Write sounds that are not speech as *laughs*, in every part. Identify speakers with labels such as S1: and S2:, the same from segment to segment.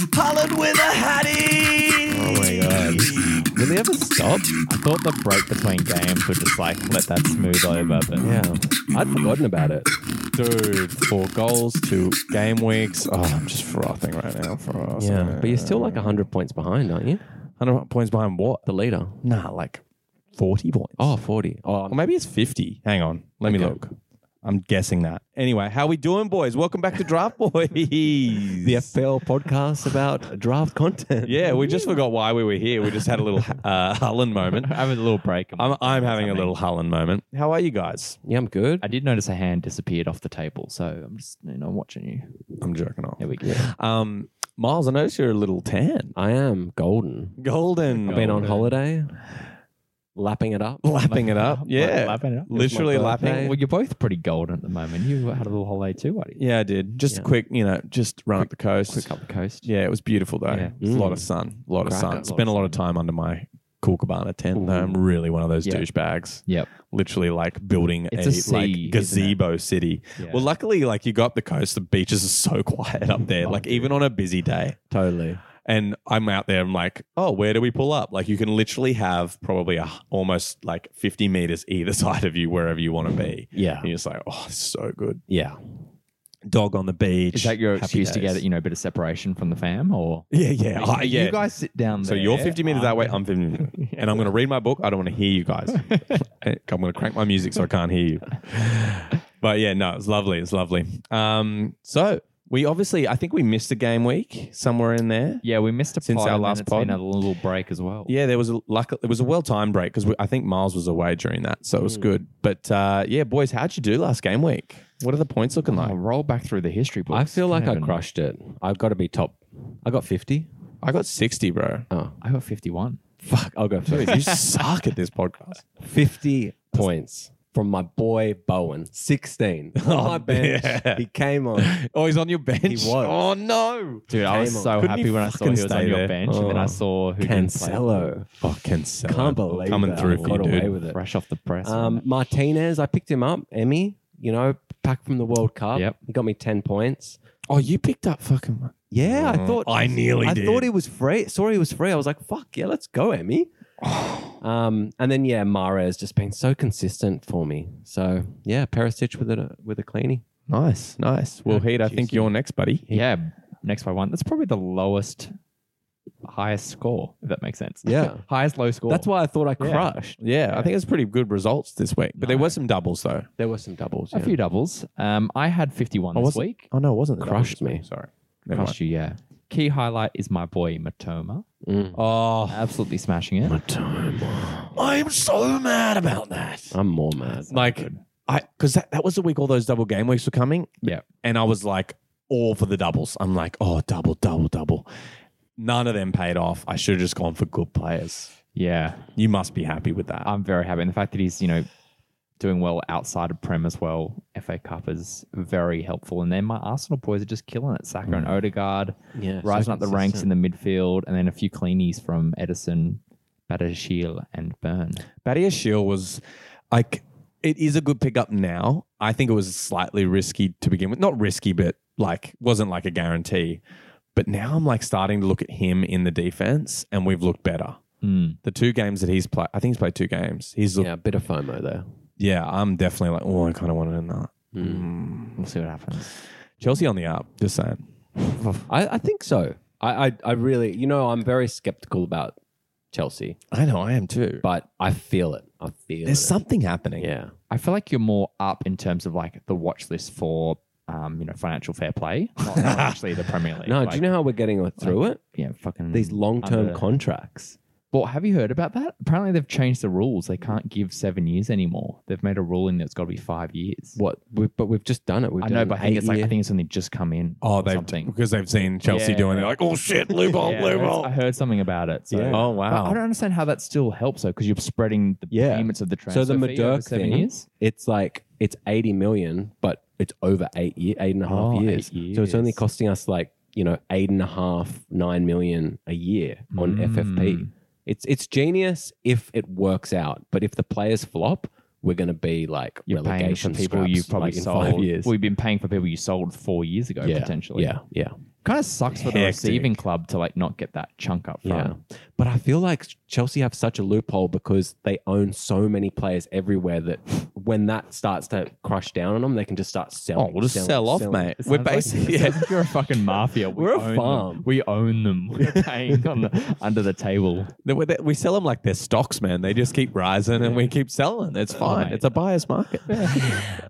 S1: with a hottie.
S2: Oh my god. Did they ever stop? I thought the break between games would just like let that smooth over, but
S3: Yeah, I'd forgotten about it.
S2: dude, four goals, two game weeks. Oh, I'm just frothing right now. Frothing.
S3: Yeah, but you're still like hundred points behind, aren't you?
S2: 100 points behind what?
S3: The leader.
S2: Nah, like 40 points.
S3: Oh, 40. Oh,
S2: Or maybe it's 50. Hang on. Let me
S3: Okay.
S2: look. I'm guessing that. Anyway, how we doing, boys? Welcome back to *laughs* Draft Boys.
S3: the FPL podcast about draft content.
S2: yeah, we just forgot why we were here. We just had a *laughs* little uh, Hullen moment.
S4: having a little break.
S2: I'm, I'm having a
S4: Something.
S2: little Hullen moment. How are you guys?
S3: Yeah, I'm good.
S4: I did notice a hand disappeared off the table, so I'm just you know watching you.
S2: I'm jerking off.
S4: There
S2: *laughs*
S4: we go.
S2: Um, Miles, I noticed you're a little tan.
S3: I am golden.
S2: Golden.
S3: I've been on
S4: Golden.
S3: holiday, lapping it up.
S2: lapping it up. Yeah.
S4: lapping it up. uh,
S2: Literally
S3: It's my
S2: lapping.
S3: birthday.
S4: Well, you're both pretty golden at the moment. You had a little holiday too, buddy.
S2: Yeah, I did. Just
S3: Yeah.
S2: a quick, you know, just run up the coast.
S4: Quick up the coast.
S2: Yeah, it was beautiful though.
S4: Yeah.
S2: It's A lot of
S3: Mm.
S2: sun. A lot of
S3: Cracker.
S2: sun. Spent a lot of time under my cool cabana tent. though. I'm really one of those
S4: Yeah.
S2: douchebags.
S4: Yep.
S2: Literally like building
S4: It's
S2: a,
S4: a sea, isn't
S2: like
S4: it?
S2: gazebo city.
S4: Yeah.
S2: Well, luckily, like you go up the coast, the beaches are so *laughs* quiet up there.
S4: Oh,
S2: like
S4: dude.
S2: even on a busy day.
S3: Totally.
S2: And I'm out there. I'm like, oh, where do we pull up? Like you can literally have probably a, almost like 50 meters either *laughs* side of you wherever you want to be.
S3: Yeah.
S2: And you're just like, oh, it's so good.
S3: Yeah.
S2: Dog on the beach.
S4: Is that your
S2: Happy
S4: excuse to
S2: days.
S4: get you know a bit of separation from the fam, or
S2: Yeah, yeah, I- yeah.
S4: You guys sit down.
S2: So
S4: there, um,
S2: you're 50 meters that way. I'm 50
S4: *laughs*
S2: meters. And I'm going to read my book. I don't want to hear you guys. Eh, I'm going to crank my music so I can't hear you. But yeah, no, it's lovely. It's lovely. Um, so we obviously, I think we missed a game week somewhere in there.
S4: Yeah, we missed a
S2: Since
S4: pod,
S2: our
S4: and then
S2: last
S4: it's been
S2: pod.
S4: a little break as well.
S2: Yeah, there was a luck. It was a well timed break because I think Miles was away during that, so it was good. But uh, yeah, boys, how'd you do last game week? What are the points looking
S4: I'll
S2: like?
S4: roll back through the history books.
S3: I feel like
S4: Can't
S3: I
S4: even-
S3: crushed it. I've got to be top. I got 50.
S2: I got sixty, bro.
S3: Oh,
S4: I got 51.
S3: fuck. I'll go
S2: Dude,
S3: *laughs* first.
S2: you suck at this podcast.
S3: 50 points from my boy Bowen. *laughs* 16. On
S2: Oh,
S3: my bench.
S2: yeah.
S3: He came on.
S2: *laughs* Oh, he's on your bench.
S3: He was.
S2: Oh no,
S4: Dude, I was
S3: Came on.
S4: so
S2: Couldn't
S4: happy
S2: he
S4: when I saw he
S2: fucking
S4: was on
S2: stay
S4: your
S2: there?
S4: bench, and then I
S2: Oh.
S4: saw who didn't play.
S3: Cancelo.
S2: Oh, Cancelo.
S3: Can't believe
S2: Coming
S3: that.
S2: through
S3: I
S2: for
S3: got
S2: you,
S3: away
S2: dude.
S3: with it.
S4: Fresh off the press.
S3: Um,
S4: right?
S3: Martinez, I picked him up. Emmy, you know, back from the World Cup.
S4: Yep.
S3: He got me 10 points.
S2: Oh, you picked up fucking.
S3: Yeah, I
S2: Mm.
S3: thought
S2: I nearly
S3: I
S2: did.
S3: thought he was free. Sorry, he was free. I was like, "Fuck yeah, let's
S2: *sighs*
S3: go, Emmy." um, and then yeah, Mara has just been so consistent for me. So yeah, Perisic with a with a cleanie.
S2: Nice, nice. Well, Heat, I think
S4: juicy.
S2: you're next, buddy.
S4: yeah, next by one. That's probably the lowest, highest score, if that makes sense.
S3: Yeah.
S4: *laughs* highest low score.
S3: That's why I thought I
S4: Yeah.
S3: crushed.
S2: Yeah, I think it's pretty good results this week. But there were some doubles though.
S3: There were some doubles.
S4: a
S3: yeah.
S4: few doubles. Um, I had 51
S2: Oh,
S4: this
S2: was it?
S4: week.
S2: Oh no, it wasn't. the
S3: Crushed
S2: doubles.
S3: me.
S2: Sorry. *laughs* Never mind.
S4: Crushed you, yeah. Key highlight is my boy Matoma,
S3: Mm.
S2: Oh,
S4: absolutely smashing it.
S2: I'm so mad about that.
S3: I'm more mad.
S2: Like, I because that, that was the week all those double game weeks were coming,
S4: Yeah,
S2: and I was like all for the doubles. I'm like, oh, double, double, double. None of them paid off. I should have just gone for good players.
S4: yeah.
S2: You must be happy with that.
S4: I'm very happy, and the fact that he's you know doing well outside of prem as well. FA Cup is very helpful, and then my Arsenal boys are just killing it. Saka and Odegaard.
S3: Yeah,
S4: rising up the ranks in the midfield, and then a few cleanies from Edison, Badashil, and Byrne.
S2: Battier Shield was like it is a good pickup now. I think it was slightly risky to begin with. Not risky, but like wasn't like a guarantee. But now I'm like starting to look at him in the defense and we've looked better.
S4: Hmm.
S2: The two games that he's played, I think he's played two games. He's looked,
S3: yeah, a bit of FOMO there.
S2: yeah. I'm definitely like, oh, I kind of wanted him that. Mm.
S4: We'll see what happens.
S2: Chelsea on the up, just saying.
S3: I, I think so. I, I I really, you know, I'm very skeptical about Chelsea,
S2: I know, I am too. But
S3: but I feel it. I feel
S2: there's
S3: it.
S2: something happening.
S3: yeah.
S4: I feel like you're more up in terms of like the watch list for, um, you know, financial
S3: *laughs*
S4: fair play. Not, not actually the Premier League.
S3: No,
S4: like,
S3: do you know how we're getting through it?
S4: Yeah, fucking
S3: These long term
S4: Under-
S3: contracts.
S4: Well, have you heard about that? Apparently, they've changed the rules. They can't give seven years anymore. They've made a ruling that it's got to be five years.
S3: What? We've, but we've just done it. We've
S4: I
S3: done
S4: know,
S3: an
S4: but I think it's like
S3: eight-year-
S4: I think it's only just come in.
S2: Oh,
S4: or
S2: they've
S4: something.
S2: because they've seen Chelsea
S4: Yeah.
S2: doing it. Like, oh shit, loophole,
S4: Yeah, that's- I
S2: loophole.
S4: heard something about it. So.
S3: Yeah.
S2: Oh
S4: But
S2: wow.
S4: I don't understand how that still helps though, because you're spreading the
S3: Yeah.
S4: payments of the transfer
S3: so the
S4: fee over
S3: Madurk
S4: seven
S3: thing.
S4: years.
S3: It's like it's eighty million, but it's over eight year, eight and a half
S4: Oh,
S3: years.
S4: eight
S3: So it's only
S4: years.
S3: costing us like you know eight and a half, nine million a year on
S4: Mm.
S3: FFP. It's it's genius if it works out, but if the players flop, we're going to be like
S4: You're paying for
S3: relegation
S4: people
S3: scraps,
S4: you've probably
S3: like, in
S4: sold.
S3: five years.
S4: We've been paying for people you sold four years ago
S3: yeah,
S4: potentially.
S3: yeah, yeah.
S4: kind of sucks for the
S2: Hectic.
S4: receiving club to like not get that chunk up front.
S3: Yeah. But I feel like Chelsea have such a loophole because they own so many players everywhere that when that starts to crush down on them, they can just start selling.
S2: Oh, we'll just
S3: selling,
S2: sell off,
S3: selling.
S2: mate. We're basically
S3: *laughs*
S4: *laughs* yeah.
S2: yeah.
S4: you're a fucking mafia. We
S3: We're a
S4: own them.
S3: farm.
S4: We own them. *laughs* We're paying
S3: *laughs*
S4: on the, under the table.
S2: They- we- they- we sell them like they're stocks, man. They just keep rising and we keep selling. It's fine.
S4: Right.
S2: It's a buyer's market.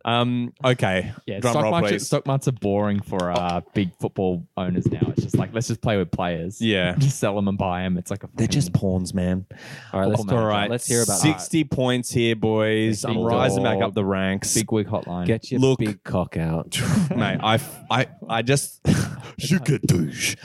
S2: um, okay.
S4: Yeah,
S2: Drum
S4: stock,
S2: roll,
S4: market,
S2: please.
S4: stock markets are boring for uh, big football owners now. It's just like let's just play with players.
S2: Yeah.
S4: *laughs* just sell them and buy them. It's like a
S2: They're
S4: fucking-
S2: just pawns, man.
S3: All right, let's,
S2: All right.
S3: let's hear about that.
S2: 60 points here, boys. I'm
S4: Big
S2: rising
S4: dog.
S2: back up the ranks.
S4: big wig hotline.
S3: Get your
S2: Look.
S3: big cock out.
S2: *laughs* Mate, I, f- I, I just. *laughs* Je que douche.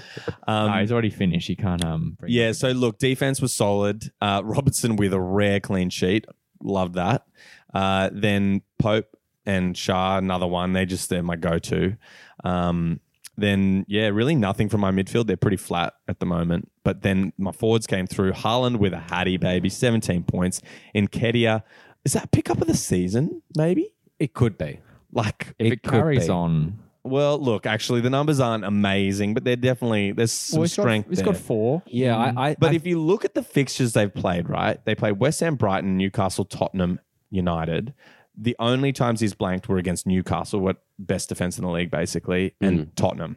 S2: Um,
S4: No, he's already finished. He can't um. Bring
S2: Yeah, so look, defense was solid. Uh, Robertson with a rare clean sheet. Loved that. Uh, then Pope and Shah, another one. They just, they're my go to. Um, then, yeah, really nothing from my midfield. They're pretty flat at the moment. But then my forwards came through. Haaland with a Hattie, baby, 17 points. In Kedia, is that pickup of the season, maybe?
S3: It could be.
S2: Like,
S4: If it,
S3: It could
S4: carries
S3: be.
S4: on,
S2: well, look, actually, the numbers aren't amazing, but they're definitely, there's some
S4: Well, he's got-
S2: strength
S4: He's
S2: there.
S4: got four. Hmm.
S3: Yeah, I, I,
S2: But
S3: I-
S2: if you look at the fixtures they've played, right? They play West Ham, Brighton, Newcastle, Tottenham, United. The only times he's blanked were against Newcastle, what best defense in the league, basically, and Tottenham.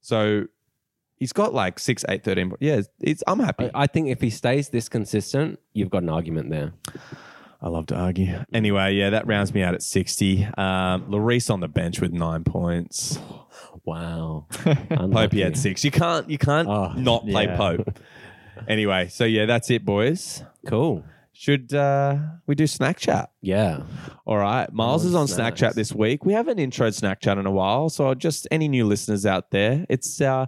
S2: So he's got like six, eight, 13. Yeah, it's, it's- I'm happy.
S3: I, I think if he stays this consistent, you've got an argument there.
S2: I love to argue. Anyway, yeah, that rounds me out at 60. Um, Lloris on the bench with nine points.
S3: Wow.
S2: *laughs* Pope
S3: Unlucky.
S2: he had six. You can't, you can't
S3: Oh,
S2: not play
S3: *laughs*
S4: yeah.
S2: Pope. Anyway, so yeah, that's it, boys.
S3: Cool.
S2: Should uh, we do snack chat?
S3: Yeah.
S2: All right. Miles
S3: Oh,
S2: is on
S3: snacks.
S2: Snack Chat this week. We haven't introed Snack Chat in a while. So just any new listeners out there, it's uh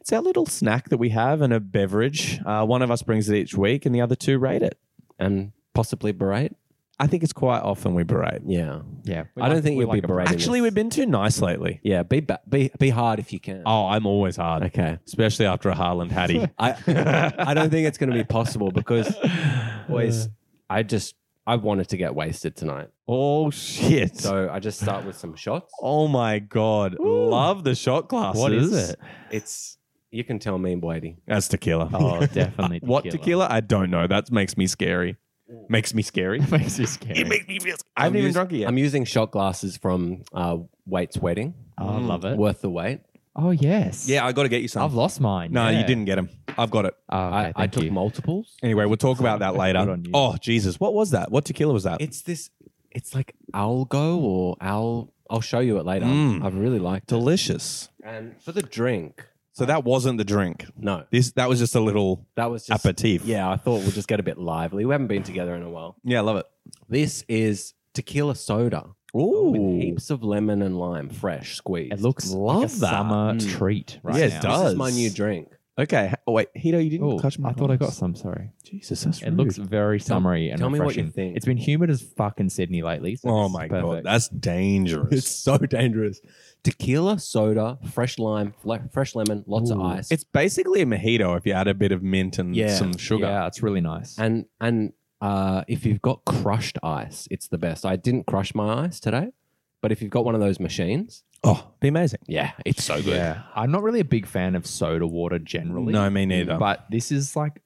S2: it's our little snack that we have and a beverage. Uh, one of us brings it each week and the other two rate it.
S3: And possibly berate.
S2: I think it's quite often we berate.
S3: Yeah.
S4: Yeah, we
S3: I don't
S4: like-
S3: think
S4: we
S3: you'll
S4: like
S3: be
S4: a-
S3: berating.
S2: Actually,
S3: us.
S2: we've been too nice lately.
S3: Yeah, be ba- be be hard if you can.
S2: Oh, I'm always hard.
S3: Okay.
S2: Especially after a Harland
S3: *laughs*
S2: Hattie.
S3: I I don't think it's going to be
S2: *laughs*
S3: possible because boys, I just I wanted to get wasted tonight.
S2: oh shit.
S3: So I just start with some shots.
S2: oh my god. Love the shot glasses.
S4: What is it?
S3: It's you can tell me, Boydie.
S2: That's tequila.
S4: *laughs*
S2: *laughs*
S4: Oh, definitely.
S2: What tequila? I don't know. That makes me scary. Makes me
S4: *laughs*
S2: scary.
S4: Makes you scared.
S1: me feel
S2: I haven't
S3: I'm
S2: even
S3: us-
S2: drunk it yet.
S3: I'm using shot glasses from uh, Wait's wedding.
S4: Oh, I love it.
S3: Worth the wait.
S4: Oh yes.
S2: Yeah, I got to get you some.
S4: I've lost mine.
S2: no, you
S4: yeah.
S2: didn't get them. I've got it.
S4: Oh, okay,
S3: I, I
S4: thank
S3: took
S4: you.
S3: multiples.
S2: Anyway, we'll talk about that
S4: *laughs* Good
S2: later.
S4: on you.
S2: Oh, Jesus. What was that? What tequila was that?
S3: It's this. It's like algo or al. I'll show you it later.
S2: Mm.
S3: I've really liked it.
S2: delicious.
S3: And for the drink,
S2: So that wasn't the drink.
S3: no,
S2: This that was just a little
S3: that was just
S2: aperitif.
S3: Yeah, I thought we'll just get a bit lively. We haven't been together in a while.
S2: Yeah, I love it.
S3: This is tequila soda
S4: Oh,
S3: with
S2: Ooh.
S3: heaps of lemon and lime, fresh squeezed.
S4: It looks
S2: Love
S4: like a
S2: that.
S4: summer
S3: Mm.
S4: treat right
S2: Yeah, it
S4: now.
S2: does.
S3: This is my new drink.
S2: Okay. Oh, wait, Hito, you didn't
S4: Oh,
S2: touch my
S4: I thought I got
S2: glass.
S4: some. Sorry.
S2: Jesus, that's
S4: It looks
S2: rude.
S4: very summery and
S3: tell me what you
S4: refreshing.
S3: think.
S4: It's been humid as fuck in Sydney lately. so
S2: Oh
S4: this is
S2: my god,
S4: perfect.
S2: that's dangerous.
S3: It's so dangerous. Tequila soda, fresh lime, fle- fresh lemon, lots of
S4: Ooh.
S3: ice.
S2: It's basically a mojito if you add a bit of mint and
S3: Yeah.
S2: some sugar.
S4: Yeah, it's really nice.
S3: and and uh, if you've got crushed ice, it's the best. I didn't crush my ice today, but if you've got one of those machines,
S2: Oh, be amazing.
S3: yeah, it's so good.
S4: Yeah, I'm not really a big fan of soda water generally.
S2: No, me neither.
S3: Mm.
S4: But this is like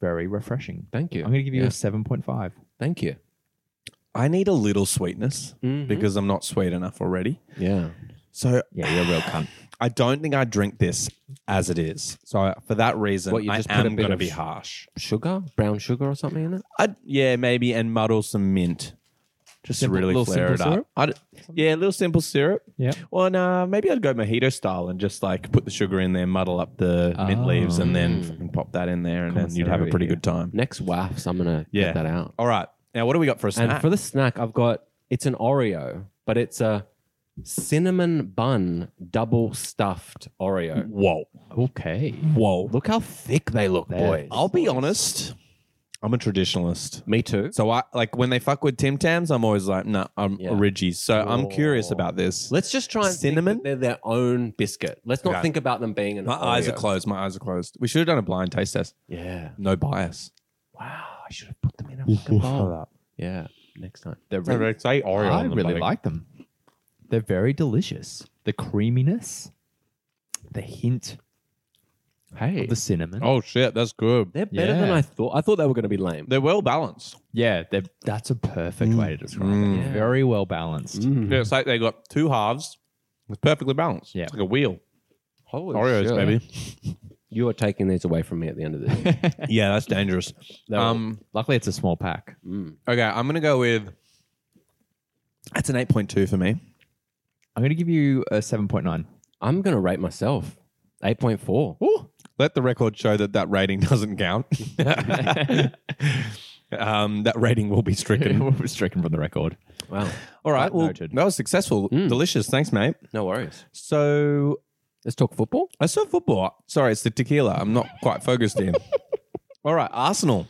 S4: very refreshing.
S3: Thank you.
S4: I'm going to give you
S3: Yeah.
S4: a 7.5.
S3: Thank you.
S2: I need a little sweetness
S3: Mm-hmm.
S2: because I'm not sweet enough already.
S3: yeah,
S2: So
S4: Yeah, you're a real cunt.
S2: I don't think I drink this as it is. So for that reason,
S3: What, you
S2: I
S3: just put a
S2: am
S3: bit
S2: going to
S3: of-
S2: be harsh.
S3: sugar, brown sugar or something in it.
S2: I'd, yeah, maybe and muddle some mint. Just
S4: Simple-
S2: to really
S4: little
S2: flare it
S4: simple
S2: up. I'd, yeah, a little simple syrup.
S4: Yeah.
S2: Well, nah, maybe I'd go mojito style and just like put the sugar in there, muddle up the mint
S4: Oh.
S2: leaves, and then
S3: Ah.
S2: fucking pop that in there, and then you'd have a
S4: Commissary,
S2: pretty
S4: yeah.
S2: good time.
S3: Next wafts, I'm gonna
S2: Yeah.
S3: get that out.
S2: All right. Now, what do we got for a snack?
S3: And for the snack, I've got it's an Oreo, but it's a cinnamon bun double stuffed Oreo.
S2: whoa,
S4: Okay.
S2: whoa.
S3: Look how thick they look, boys.
S2: I'll be honest. I'm a traditionalist.
S3: Me too.
S2: So I like when they fuck with Tim Tams, I'm always like, nah, I'm
S3: Yeah.
S2: a Ridgies. So I'm curious about this.
S3: Let's just try and
S2: Cinnamon?
S3: Think that they're their own biscuit. Let's not
S2: Okay.
S3: think about them being an.
S2: My eyes are
S3: Oreo.
S2: closed. My eyes are closed. We should have done a blind taste test.
S3: Yeah.
S2: No bias.
S3: Wow. I should have put them in a fucking bowl. Yeah. Next time.
S4: They're really,
S2: say Oreo.
S4: I really like them. They're very delicious. The creaminess the hint
S3: Hey,
S4: of the cinnamon.
S2: Oh shit, that's good.
S3: they're better than
S4: Yeah.
S3: I thought. I thought they were going to be lame.
S2: They're well balanced.
S4: Yeah, they're- that's a perfect way to describe
S2: Mm.
S4: it.
S3: Yeah.
S4: Very well balanced.
S3: Mm.
S2: Yeah, it's like they got two halves. It's perfectly balanced.
S4: Yeah.
S2: It's like a wheel.
S3: Holy
S2: Oreos,
S3: shit.
S2: baby.
S3: You are taking these away from me at the end of this.
S2: yeah, that's dangerous.
S3: They were-
S2: Um,
S4: Luckily, it's a small pack.
S3: mm.
S2: okay, I'm gonna go with. That's an eight point two for me.
S4: I'm going to give you a 7.9.
S3: I'm going to rate myself 8.4.
S2: Let the record show that that rating *laughs* doesn't count. um, that rating will be stricken.
S4: *laughs* We're stricken from the record.
S3: Wow.
S2: *laughs* All right, well,
S4: Noted.
S2: that was successful. Delicious, thanks, mate.
S3: No worries.
S2: So
S3: Let's talk football.
S2: I saw football. Sorry, it's the tequila. I'm not quite focused *laughs* in. All right, Arsenal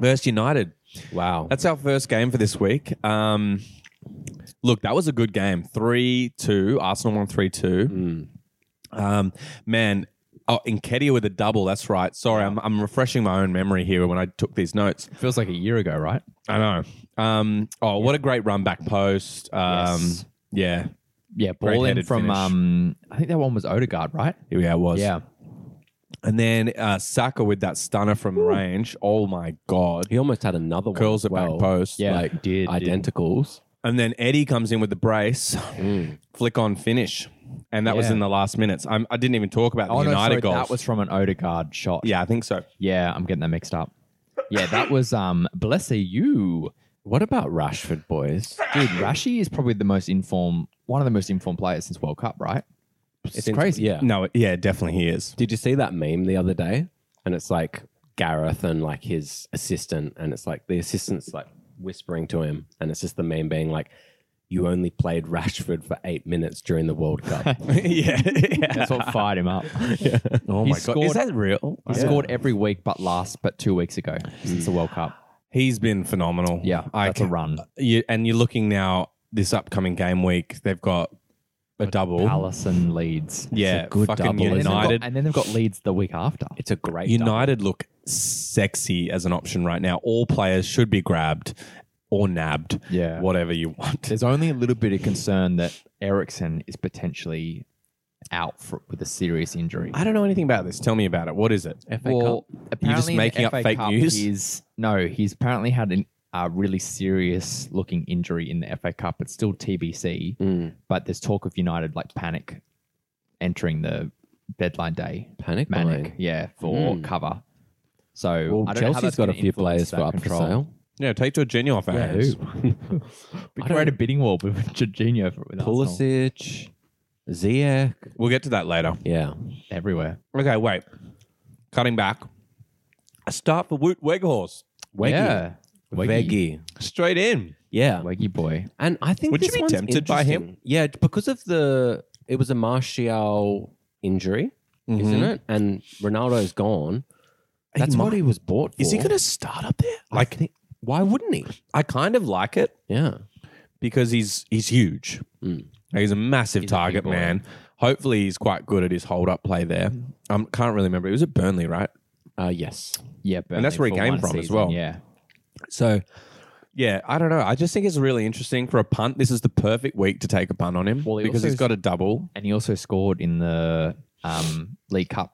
S2: versus United.
S3: Wow.
S2: That's our first game for this week. Um, look, that was a good game. 3 2. Arsenal won 3 2.
S3: Mm.
S2: Um, man, oh, Enkedia with a double. That's right. Sorry, I'm, I'm refreshing my own memory here when I took these notes.
S4: Feels like a year ago, right?
S2: I know. Um, oh, what a great run back post. Um,
S4: Yes.
S2: Yeah.
S4: Yeah, ball in
S2: headed
S4: from,
S2: finish.
S4: um, I think that one was Odegaard, right?
S2: Yeah, it was.
S4: Yeah.
S2: And then uh, Saka with that stunner from range. Oh, my God.
S3: He almost had another one.
S2: Curls
S3: as
S2: it back
S3: well.
S2: post.
S4: Yeah.
S3: Like
S4: Did, did.
S3: identicals.
S2: And then Eddie comes in with the brace, *laughs* flick on finish, and that was
S4: Mm. Yeah.
S2: in the last minutes. I'm, I didn't even talk about the
S4: Oh, no,
S2: United
S4: sorry,
S2: goals.
S4: that was from an Odegaard shot.
S2: yeah, I think so.
S4: Yeah, I'm getting that mixed up. Yeah, that was um bless you.
S3: What about Rashford, boys?
S4: Dude, Rashi is probably the most informed one of the most informed players since World Cup, right? It's
S3: Since-
S4: crazy.
S3: Yeah.
S2: No, it- yeah, definitely he is. *laughs*
S3: Did you see that meme the other day? And it's like Gareth and like his assistant, and it's like the assistant's like whispering to him, and it's just the meme being like, "You only played Rashford for eight minutes during the World Cup." *laughs*
S2: *laughs* yeah,
S4: That's *laughs* what fired him up.
S2: Oh
S4: He
S2: my god,
S4: scored-
S2: is that real?
S4: He scored every week but last but two weeks ago since the World Cup.
S2: He's been phenomenal.
S4: Yeah,
S2: I
S4: that's a
S2: can-
S4: run.
S2: You, and you're looking now this upcoming game week. They've got a double.
S4: Palace and Leeds.
S2: Yeah,
S3: a good
S2: fucking
S3: double,
S4: And
S3: isn't
S4: then,
S3: it?
S2: United.
S4: They've got, and then they've got Leeds the week after.
S3: it's a great
S2: United look sexy as an option right now. All players should be grabbed or nabbed.
S4: Yeah.
S2: whatever you want.
S4: There's only a little bit of concern that Ericsson is potentially out for, with a serious injury.
S2: I don't know anything about this. Tell me about it. What is it?
S3: FA
S4: well, apparently
S2: You're just
S4: in the
S2: making up
S4: FA
S2: fake
S4: Cup,
S2: news?
S4: He's, no, he's apparently had an- a really serious looking injury in the FA Cup. It's still TBC,
S3: Mm.
S4: but there's talk of United like panic entering the deadline day.
S3: Panic
S4: Manic,
S3: buying.
S4: yeah, for
S3: Mm.
S4: cover. So
S3: Well,
S4: I don't know how
S3: Chelsea's
S4: that's
S3: got a *laughs*
S4: gonna
S3: few players
S4: influence
S3: for
S4: that
S3: up
S4: control.
S3: for sale.
S2: Yeah, take Jorginho off our
S4: Yeah,
S2: hands.
S4: who? we
S3: I
S4: could create
S3: don't-
S4: a bidding war with *laughs* Jorginho for with Arsenal.
S3: Pulisic, Ziyech.
S2: We'll get to that later.
S3: Yeah.
S4: everywhere.
S2: Okay, wait. Cutting back. A start for Woot Weghorst.
S3: Weggy.
S4: Yeah. Weggy.
S3: Veggie.
S2: Straight in.
S3: Yeah.
S4: Weggy boy.
S3: And I think
S2: Would you
S3: this
S2: be
S3: one's
S2: tempted by him?
S3: interesting. Yeah, because of the it was a Martial injury, isn't it? And Ronaldo's gone. That's what
S2: Mm-hmm. might-
S3: he was bought for.
S2: Is he going to start up there?
S3: I
S2: Like,
S3: think- why wouldn't he?
S2: I kind of like it
S3: Yeah.
S2: because he's he's huge.
S3: Mm.
S2: Like, He's a massive
S4: He's a big
S2: target
S4: boy.
S2: man. Hopefully, he's quite good at his hold up play there. I um, can't really remember. It was at Burnley, right?
S3: Uh, yes.
S4: Yeah,
S2: And that's
S4: Burnley
S2: where he
S4: for
S2: came
S4: one
S2: from as
S4: season,
S2: well.
S4: Yeah.
S2: So, yeah, I don't know. I just think it's really interesting for a punt. This is the perfect week to take a punt on him
S4: Well, he
S2: because
S4: also
S2: he's
S4: is-
S2: got a double.
S4: and he also scored in the um, League Cup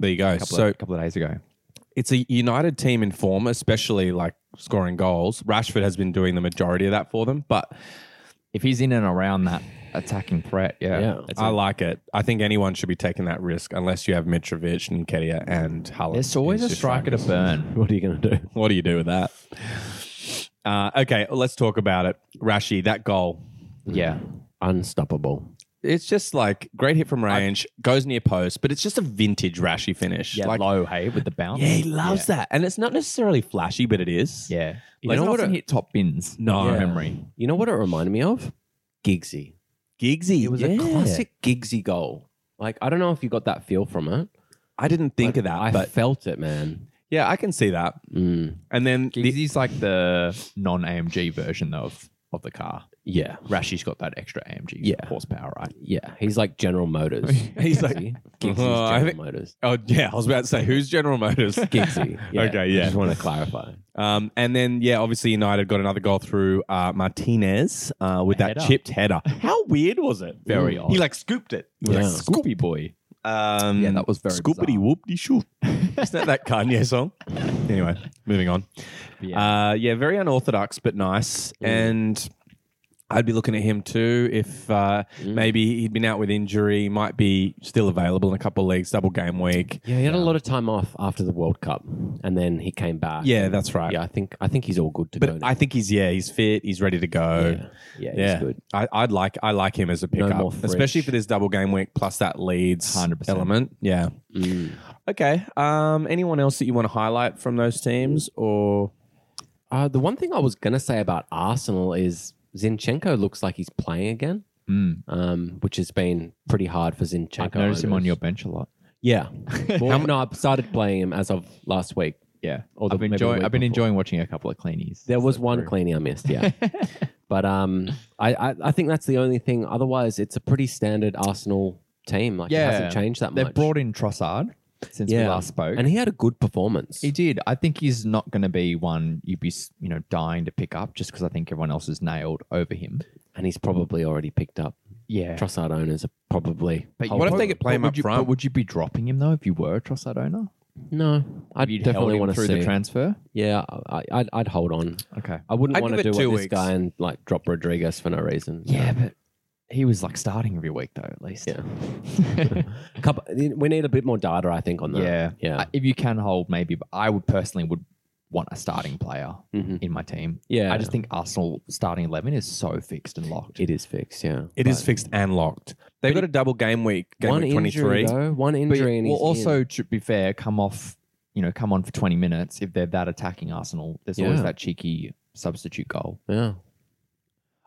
S2: There you go.
S4: a couple,
S2: So,
S4: of, couple of days ago.
S2: it's a United team in form, especially like scoring goals. Rashford has been doing the majority of that for them, but
S4: If he's in and around that attacking threat, yeah,
S3: Yeah.
S4: it's
S2: I
S4: a-
S2: like it. I think anyone should be taking that risk unless you have Mitrovic and Kedia and Haaland.
S4: there's always
S2: It's
S4: a
S2: just
S4: striker to
S2: like-
S4: burn.
S3: What are you going to do?
S2: What do you do with that? Uh, okay, let's talk about it. Rashi, that goal.
S4: Yeah,
S3: Unstoppable.
S2: It's just like great hit from range, goes near post, but it's just a vintage Rashi finish.
S4: yeah,
S2: like,
S4: low, hey, with the bounce.
S2: yeah he loves that. And it's not necessarily flashy, but it is.
S4: Yeah, he
S2: Like, you
S4: doesn't
S2: know what
S4: often
S2: a-
S4: hit top bins.
S2: No.
S4: from memory.
S3: You know what it reminded me of? Giggsy.
S2: Giggsy.
S3: It was
S2: yeah.
S3: a classic Giggsy goal. Like I don't know if you got that feel from it.
S2: I didn't think of that,
S3: I
S2: but
S3: felt it, man.
S2: yeah, I can see that.
S3: Mm,
S2: And then the,
S4: He's like the non AMG version of of the car.
S3: yeah,
S4: Rashi's got that extra AMG
S3: Yeah.
S4: horsepower, right?
S3: yeah. He's like General Motors.
S2: *laughs* He's like-
S3: Giggsy. Giggsy's
S2: Oh, I
S3: General
S2: think-
S3: Motors.
S2: Oh yeah, I was about to say who's General Motors.
S3: Giggsy.
S2: *laughs*
S3: Yeah,
S2: Okay,
S3: I
S2: yeah.
S3: just want to clarify.
S2: um, and then yeah, obviously United got another goal through uh, Martinez uh, with that
S4: Header.
S2: chipped header. How weird was it?
S4: Very
S2: Mm.
S4: odd.
S2: He like scooped it. He was
S3: Yeah.
S2: like,
S4: Scoopy boy.
S1: Um,
S4: yeah, that was very
S2: Scoopity
S4: bizarre.
S2: whoopty shoo. Isn't that that Kanye song? anyway, moving on. *laughs* Yeah. Uh, yeah, very unorthodox but nice. And I'd be looking at him too if uh, maybe he'd been out with injury, might be still available in a couple of leagues, double game week.
S3: Yeah, he had a lot of time off after the World Cup, and then he came back.
S2: Yeah,
S3: and-
S2: that's right.
S3: Yeah, I think I think he's all good to go.
S2: But
S3: now.
S2: I think he's yeah, he's fit, he's ready to go.
S3: yeah, yeah, he's
S2: Yeah,
S3: good.
S2: I, I'd like I like him as a pickup,
S3: more fridge.
S2: especially for this double game week plus that Leeds
S4: 100%.
S2: element. Yeah.
S3: Mm.
S2: Okay. Um. Anyone else that you want to highlight from those teams, or
S3: Uh, the one thing I was gonna say about Arsenal is Zinchenko looks like he's playing again,
S4: Mm.
S3: um, which has been pretty hard for Zinchenko.
S4: I've noticed him
S3: owners.
S4: on your bench a lot. *laughs*
S3: Yeah. well, no, I've started playing him as of last week.
S4: Yeah,
S3: Or the-
S4: I've,
S3: maybe the
S4: enjoy-
S3: week
S4: I've been
S3: before.
S4: enjoying watching a couple of cleanies.
S3: There was one cleaning I missed,
S4: *laughs*
S3: yeah. but um, I, I I think that's the only thing. Otherwise, it's a pretty standard Arsenal team. Like it hasn't changed that
S4: They've
S3: much.
S4: brought in Trossard since we last spoke,
S3: and he had a good performance.
S4: He did. I think he's not going to be one you'd be, s- you know, dying to pick up just because I think everyone else is nailed over him.
S3: and he's probably already picked up.
S4: Yeah.
S3: Trossard owners are probably.
S4: But
S2: What if they
S4: would-
S2: could play
S4: but
S2: him
S4: would
S2: up
S4: you,
S2: front?
S4: But would you be dropping him though if you were a Trossard owner?
S3: No, I
S4: You'd held
S3: definitely
S4: him
S3: want to
S4: through
S3: see.
S4: the transfer.
S3: yeah, I, I'd, I'd hold on.
S4: Okay.
S3: I wouldn't
S2: I'd
S3: want to
S2: give
S3: do
S2: it
S3: what
S2: two
S3: this
S2: weeks.
S3: guy and like drop Rodriguez for no reason. you
S4: Yeah,
S3: know?
S4: but he was like starting every week though, at least. *laughs*
S3: Yeah. A couple, we need a bit more data, I think, on that.
S4: yeah.
S3: yeah,
S4: Uh, If you can hold, maybe. But I would personally would want a starting player
S3: Mhm.
S4: in my team.
S3: yeah.
S4: I just think Arsenal starting eleven is so fixed and locked.
S3: it is fixed. Yeah,
S2: it is fixed and locked? They've got a double game week, game
S3: one
S2: week twenty three.
S3: injury though. One
S4: But
S3: injury, and
S4: well,
S3: he's in.
S4: also to be fair, come off, you know, come on for twenty minutes. If they're that attacking Arsenal, there's always
S3: Yeah.
S4: that cheeky substitute goal.
S3: Yeah.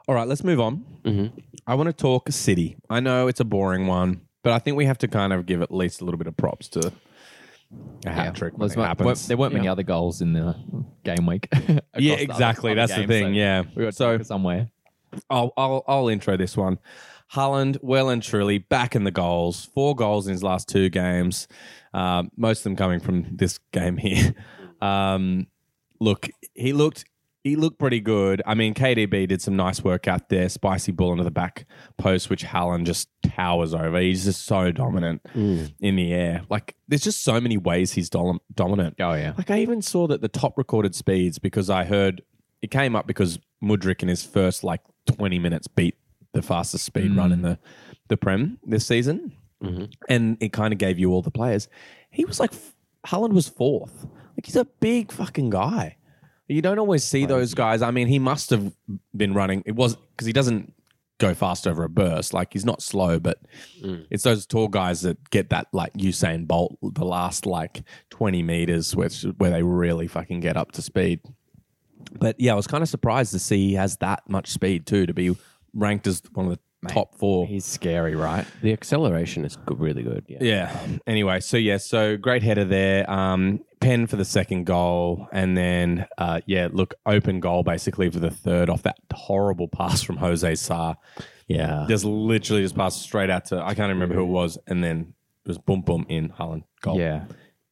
S2: All right, let's move on.
S3: Mhm.
S2: I want to talk City. I know it's a boring one, but I think we have to kind of give at least a little bit of props to a hat trick when
S4: Well,
S2: it
S4: there weren't-
S2: happens.
S4: There weren't many
S2: Yeah.
S4: other goals in the game week. *laughs*
S2: Yeah,
S4: across the
S2: exactly.
S4: other
S2: That's the
S4: games,
S2: thing.
S4: so
S2: yeah.
S4: we got
S2: so
S4: so somewhere.
S2: I'll, I'll I'll intro this one. Holland, well and truly back in the goals. Four goals in his last two games. Um, most of them coming from this game here. *laughs* Um, look, he looked he looked pretty good. I mean, KDB did some nice work out there. Spicy ball into the back post, which Holland just towers over. He's just so dominant in the air. Like, there's just so many ways he's dom- dominant.
S4: Oh yeah,
S2: Like I even saw that the top recorded speeds because I heard it came up because Mudrick in his first like 20 minutes beat the fastest speed run in the the Prem this season, and it kind of gave you all the players. He was like f- Holland was fourth. Like he's a big fucking guy. You don't always see those guys. I mean, he must have been running. It was because he doesn't go fast over a burst. Like he's not slow, but it's those tall guys that get that like Usain Bolt, the last like twenty meters, which where they really fucking get up to speed. But yeah, I was kind of surprised to see he has that much speed too to be ranked as one of the top four.
S4: he's scary, right?
S3: The acceleration is good, really good. Yeah.
S2: Yeah. Anyway, so yeah, so great header there. Um, pen for the second goal, and then uh, yeah, look, open goal basically for the third off that horrible pass from Jose Sarr.
S3: Yeah.
S2: Just literally just passed straight out to I can't remember who it was, and then it was boom boom in Holland goal.
S4: Yeah,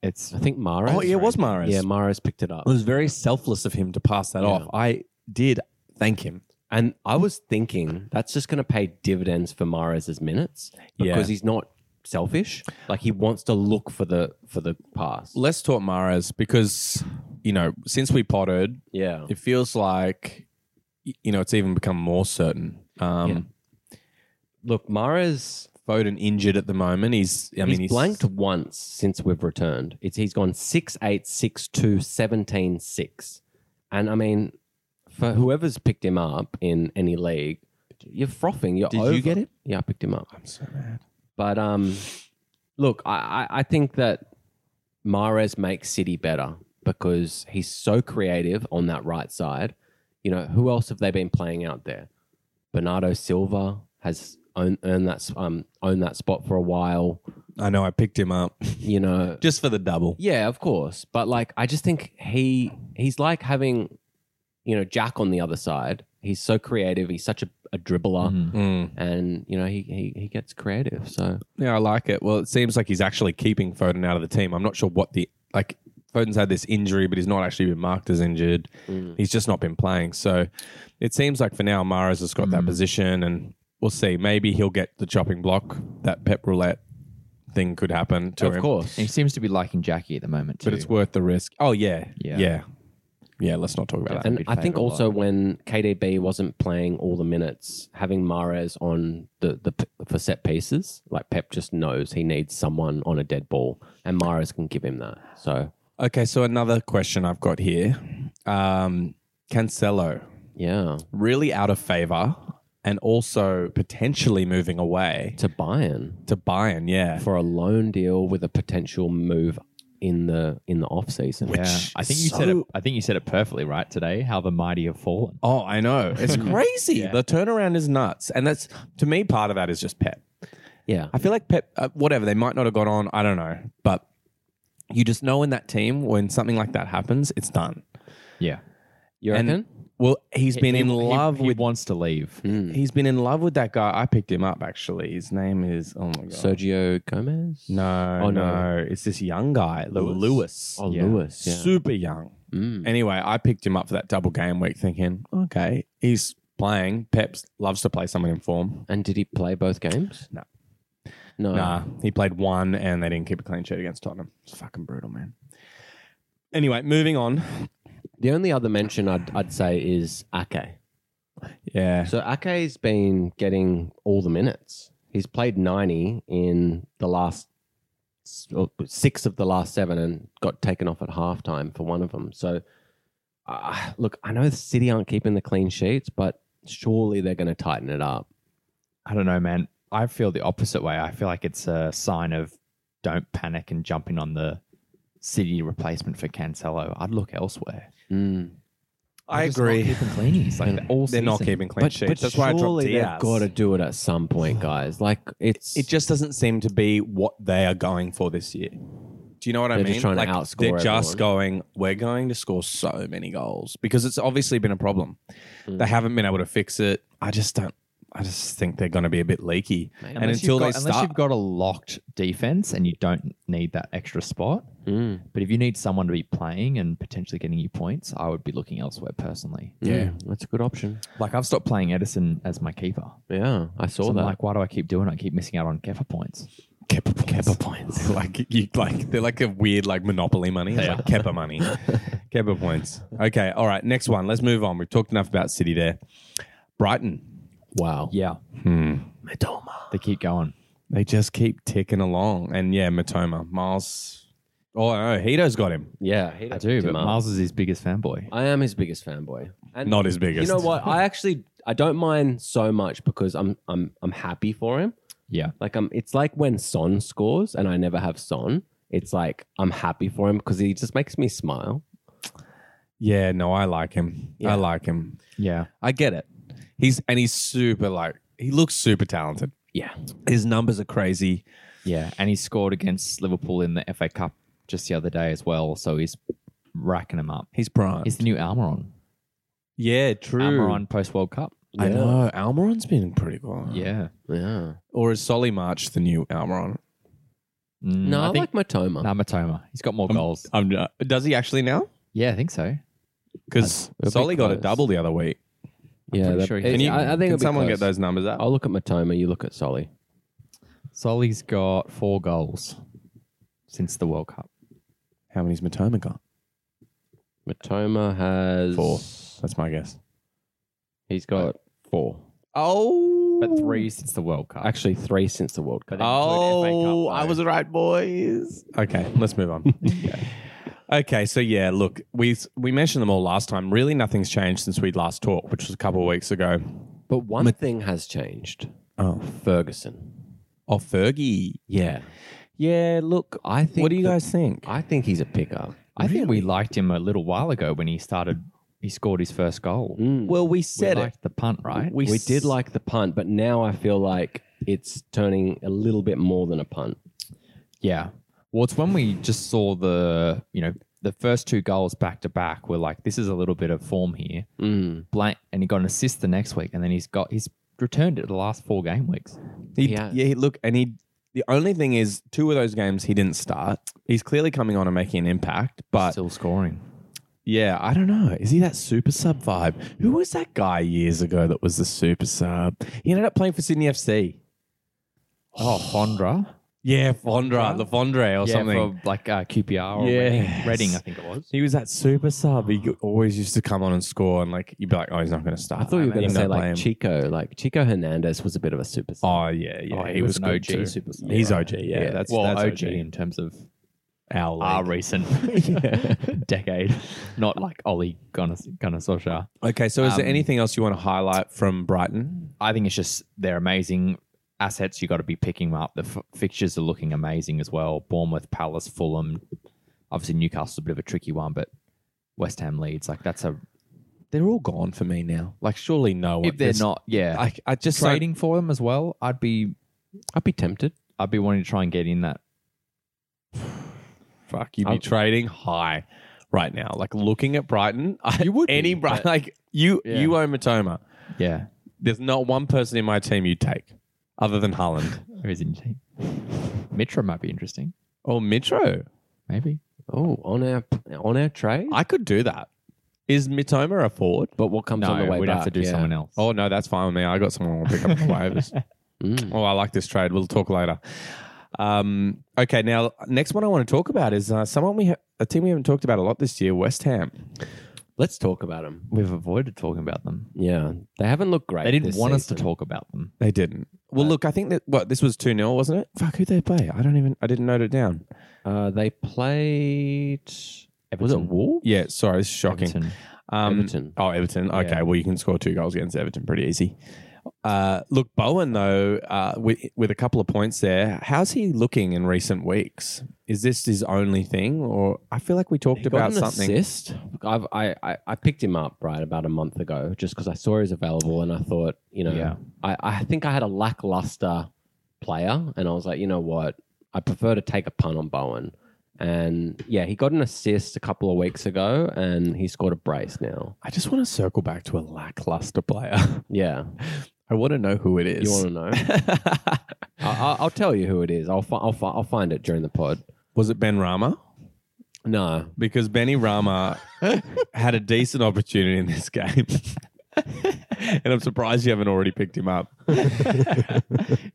S4: it's
S3: I think Mares.
S2: Oh, yeah, it was Mahrez.
S3: Yeah, Mares picked it up.
S2: It was very selfless of him to pass that off. I did thank him.
S3: And I was thinking that's just going to pay dividends for Mares's minutes
S2: Yeah.
S3: because he's not selfish. Like he wants to look for the for the pass.
S2: Let's talk Mares because you know since we potted,
S3: Yeah.
S2: it feels like y- you know it's even become more certain. Um,
S3: Look, Mares.
S2: Foden injured at the moment. He's I mean
S3: he's, blanked once since we've returned. It's he's gone six eight six two seventeen six, and I mean, for whoever's picked him up in any league, you're frothing. You're
S2: Did you
S3: over.
S2: get him?
S3: Yeah, I picked him up.
S2: I'm so mad.
S3: But um, look, I, I I think that Mares makes City better because he's so creative on that right side. You know, who else have they been playing out there? Bernardo Silva has own, earned that s- um, owned that spot for a while.
S2: I know I picked him up
S3: You know,
S2: *laughs* just for the double.
S3: yeah, of course. But like, I just think he he's like having, you know, Jack on the other side. He's so creative. He's such a, a
S4: Mm-hmm.
S3: dribbler,
S2: Mm. Mm-hmm.
S3: and you know, he, he he gets creative. So
S2: Yeah, I like it. Well, it seems like he's actually keeping Foden out of the team. I'm not sure what the like Foden's had this injury, but he's not actually been marked as injured. He's just not been playing. So it seems like for now Mares has got that position and we'll see. Maybe he'll get the chopping block, that pep roulette thing could happen to
S3: of
S2: him.
S3: course.
S4: And he seems to be liking Jackie at the moment too.
S2: But it's worth the risk. Oh yeah.
S4: Yeah.
S2: Yeah. Yeah, let's not talk about that.
S3: And
S4: Bit
S3: I think
S4: favourable.
S3: also when KDB wasn't playing all the minutes, having Mares on the, the p- for set pieces, like Pep just knows he needs someone on a dead ball, and Mares can give him that. So
S2: Okay, so another question I've got here. Um Cancelo,
S3: yeah,
S2: really out of favor and also potentially moving away
S3: to Bayern
S2: to Bayern, yeah.
S3: for a loan deal with a potential move in the in the off season.
S4: yeah. I think you said it. I think you said it perfectly right today. How the mighty have fallen.
S2: Oh, I know. It's crazy. The turnaround is nuts. And that's to me part of that is just Pep.
S3: Yeah,
S2: I feel like Pep, uh, whatever, they might not have gone on. I don't know. But you just know in that team when something like that happens, it's done.
S4: Yeah,
S3: you
S2: and-
S3: reckon?
S2: Well, he's been
S4: He-
S2: in
S4: he-
S2: love
S4: he
S2: with.
S4: wants to leave.
S3: Hmm.
S2: He's been in love with that guy. I picked him up actually. His name is oh my god.
S3: Sergio Gomez?
S2: no,
S3: Oh, no.
S2: no, it's this young guy, Lewis.
S3: Oh,
S4: Yeah.
S3: Lewis. Yeah.
S2: super young.
S3: Mm.
S2: Anyway, I picked him up for that double game week, thinking, okay, he's playing. Peps loves to play someone in form.
S3: And did he play both games?
S2: No.
S3: No.
S2: Nah, he played one and they didn't keep a clean sheet against Tottenham. It's fucking brutal, man. Anyway, moving on.
S3: The only other mention I'd, I'd say is Ake.
S2: Yeah.
S3: So Ake's been getting all the minutes. He's played 90 in the last s- or six of the last seven and got taken off at halftime for one of them. So, uh, look, I know City aren't keeping the clean sheets, but surely they're going to tighten it up.
S4: I don't know, man. I feel the opposite way. I feel like it's a sign of don't panic and jump in on the city replacement for Cancelo. I'd look elsewhere.
S3: Mm.
S2: I
S4: They're just not keeping
S2: *laughs*
S3: *laughs*
S4: cleanies, like, all
S2: They're not
S4: season.
S2: keeping clean
S3: But,
S2: sheets.
S3: but
S2: That's why I dropped
S3: surely they've
S2: Diaz.
S3: got to do it at some point, guys. Like it's
S2: It just doesn't seem to be what they are going for this year. Do you know what I
S3: They're
S2: mean?
S3: just trying to
S2: Like,
S3: outscore
S2: They're just going. We're going to score so many goals because it's obviously been a problem. They haven't been able to fix it. I just don't. I just think they're going to be a bit leaky. and
S4: Unless
S2: until
S4: you've got,
S2: they
S4: unless
S2: start,
S4: you've got a locked defense and you don't need that extra spot,
S2: Hmm.
S3: Mm.
S4: but if you need someone to be playing and potentially getting you points, I would be looking elsewhere personally.
S3: yeah, Mm. that's a good option.
S4: Like I've stopped playing Edison as my keeper.
S3: Yeah, I saw
S4: So I'm
S3: that.
S4: like, why do I keep doing? it? I keep missing out on Kefa points.
S2: Kepa points. *laughs* like you like they're like a weird like monopoly money. It's like Kepa money. Kepa points. Okay. All right. Next one. Let's move on. We've talked enough about City there. Brighton. Hmm.
S3: wow.
S4: Yeah,
S3: Mitoma.
S4: they keep going.
S2: They just keep ticking along. And yeah, Matoma. Miles. Oh no, Hito's got him.
S3: Yeah, he
S4: I do, but
S3: Miles.
S4: Miles is his biggest fanboy.
S3: I am his biggest fanboy. And
S2: Not his biggest.
S3: You know what? I actually I don't mind so much because I'm I'm I'm happy for him.
S4: Yeah,
S3: Like I'm it's like when Son scores and I never have Son. It's like I'm happy for him because he just makes me smile.
S2: Yeah, no, I like him. I like him.
S4: yeah.
S2: I get it. He's and he's super like he looks super talented.
S3: Yeah.
S2: His numbers are crazy.
S4: Yeah, and he scored against Liverpool in the FA Cup just the other day as well. So he's racking him up.
S2: He's prime.
S4: He's the new Almiron.
S2: yeah, true.
S4: Almiron post World Cup.
S2: I know. Almiron's been pretty good.
S4: Yeah.
S3: Yeah.
S2: Or is Solly March the new Almiron?
S4: Mm,
S3: No, I,
S4: I think
S3: like Um, Matoma.
S4: Namatoma. He's got more goals.
S2: I'm, uh, does he actually now?
S4: Yeah, I think so.
S2: Because
S3: It'll be
S2: Solly got a
S3: close.
S2: double the other week.
S3: yeah,
S4: pretty
S3: that-
S4: sure he
S3: it's-
S4: can.
S2: Can you,
S3: I, I think
S2: can
S3: it'll be
S2: someone
S3: close.
S2: get those numbers up?
S3: I'll look at Matoma. You look at Solly.
S4: Solly's got four goals since the World Cup.
S2: How many's Matoma got?
S3: Matoma has
S2: Four. That's my guess.
S3: He's got four.
S2: Oh,
S4: But three since the World Cup.
S3: Actually, three since the World Cup.
S2: Oh, I was right, boys. Okay, let's move on. *laughs* okay, so yeah, look, we we mentioned them all last time. Really, nothing's changed since we last talked, which was a couple of weeks ago.
S3: But one thing has changed.
S2: Oh,
S3: Ferguson.
S2: oh, Fergie.
S3: Yeah.
S2: Yeah, look.
S3: I think
S2: What do you
S3: that-
S2: guys think?
S3: I think he's a pickup.
S4: I think we liked him a little while ago when he started. He scored his first goal.
S3: Mm.
S2: well, we
S4: We
S2: said
S4: liked the punt, right?
S3: We did like the punt, but now I feel like it's turning a little bit more than a punt.
S4: Yeah. Well, it's when we just saw the, you know, the first two goals back to back were like, this is a little bit of form here.
S3: Mm.
S4: Blank, and he got an assist the next week, and then he's got he's returned it the last four game weeks.
S2: He,
S3: Yeah.
S2: yeah. he- look, and he. The only thing is, two of those games he didn't start. He's clearly coming on and making an impact, but
S4: Still scoring.
S2: yeah, I don't know. Is he that super sub vibe? Who was that guy years ago that was the super sub? He ended up playing for Sydney FC.
S4: Oh, Fondra.
S2: Yeah, Fondra, Lafondre or
S4: *sighs* yeah,
S2: something.
S4: for like uh, QPR or
S2: Yes.
S4: Reading, Reading, I think it was.
S2: He was that super sub. He always used to come on and score, and like you'd be like, "Oh, he's not going to start."
S3: I thought you were
S2: man.
S3: going to
S2: He's not
S3: say like
S2: playing.
S3: Chico. Like Chico Hernandez was a bit of a super. sub.
S2: Oh yeah, yeah.
S4: Oh, he was an
S2: good
S4: OG
S2: too.
S4: super sub,
S2: He's
S4: right?
S2: OG. Yeah,
S3: Yeah.
S2: that's
S4: well,
S2: that's
S4: OG in terms of
S2: Our league.
S4: our *laughs* recent decade, not like Ollie Gunnar Gunnar Solskjaer.
S2: okay, so is there
S4: Um,
S2: anything else you want to highlight from Brighton?
S4: I think it's just they're amazing assets. You got to be picking them up. The f- fixtures are looking amazing as well. Bournemouth, Palace, Fulham. Obviously, Newcastle's a bit of a tricky one, but West Ham leads. Like that's a
S2: They're all gone for me now. Like, surely no one.
S4: if they're
S2: there's-
S4: not, yeah,
S2: I, I just don't-
S4: trading for them as well. I'd be
S3: I'd be tempted.
S4: I'd be wanting to try and get in that.
S2: Fuck, you'd be
S3: I'm-
S2: trading high right now. Like looking at Brighton, I,
S4: You would
S2: any
S4: be,
S2: Bright
S4: but-
S2: like you
S4: Yeah.
S2: you own Matoma.
S4: Yeah,
S2: There's not one person in my team you'd take other than
S4: *laughs*
S2: Holland
S4: there is in your team. Mitra might be interesting.
S2: or Mitro.
S4: Maybe
S3: Oh, on our on our trade.
S2: I could do that. Is Mitoma a forward?
S3: but what comes
S4: no,
S3: on the way
S4: we'd
S3: back?
S4: have to do
S3: yeah.
S4: someone else.
S2: Oh no, that's fine with me. I got someone we'll pick up on the waivers.
S3: Mm.
S2: Oh, I like this trade. We'll talk later. Um, okay, now next one I want to talk about is uh, someone we ha- a team we haven't talked about a lot this year, West Ham.
S3: Let's talk about them.
S4: We've avoided talking about them.
S3: Yeah, they haven't looked great.
S4: They didn't
S3: this
S4: want us to
S3: season.
S4: talk about them.
S2: They didn't. Well, look, I think that what this was two 0 wasn't it? Fuck, who they play? I don't even. I didn't note it down.
S3: Uh, they played. Was it
S4: Everton.
S3: Wolves?
S2: Yeah, sorry, it's shocking.
S4: Everton.
S2: Um,
S3: Everton.
S2: Oh, Everton. Okay, well, you can score two goals against Everton pretty easy. Uh, look, Bowen though, uh, with with a couple of points there, how's he looking in recent weeks? Is this his only thing, or I feel like we talked
S3: He got
S2: about
S3: an
S2: something?
S3: assist. I've, I, I I picked him up right about a month ago just because I saw he was available and I thought you know
S4: Yeah.
S3: I, I think I had a lackluster player and I was like you know what I prefer to take a punt on Bowen and yeah he got an assist a couple of weeks ago and he scored a brace now
S2: I just want to circle back to a lackluster player. *laughs*
S3: yeah
S2: I want to know who it
S3: you want
S2: is.
S3: to know *laughs* I, I, I'll tell you who it is I'll fi- I'll fi- I'll find it during the pod
S2: was it Ben Rama?
S3: no
S2: Because Benny *laughs* Rama had a decent opportunity in this game. *laughs* and I'm surprised you haven't already picked him up.
S4: *laughs*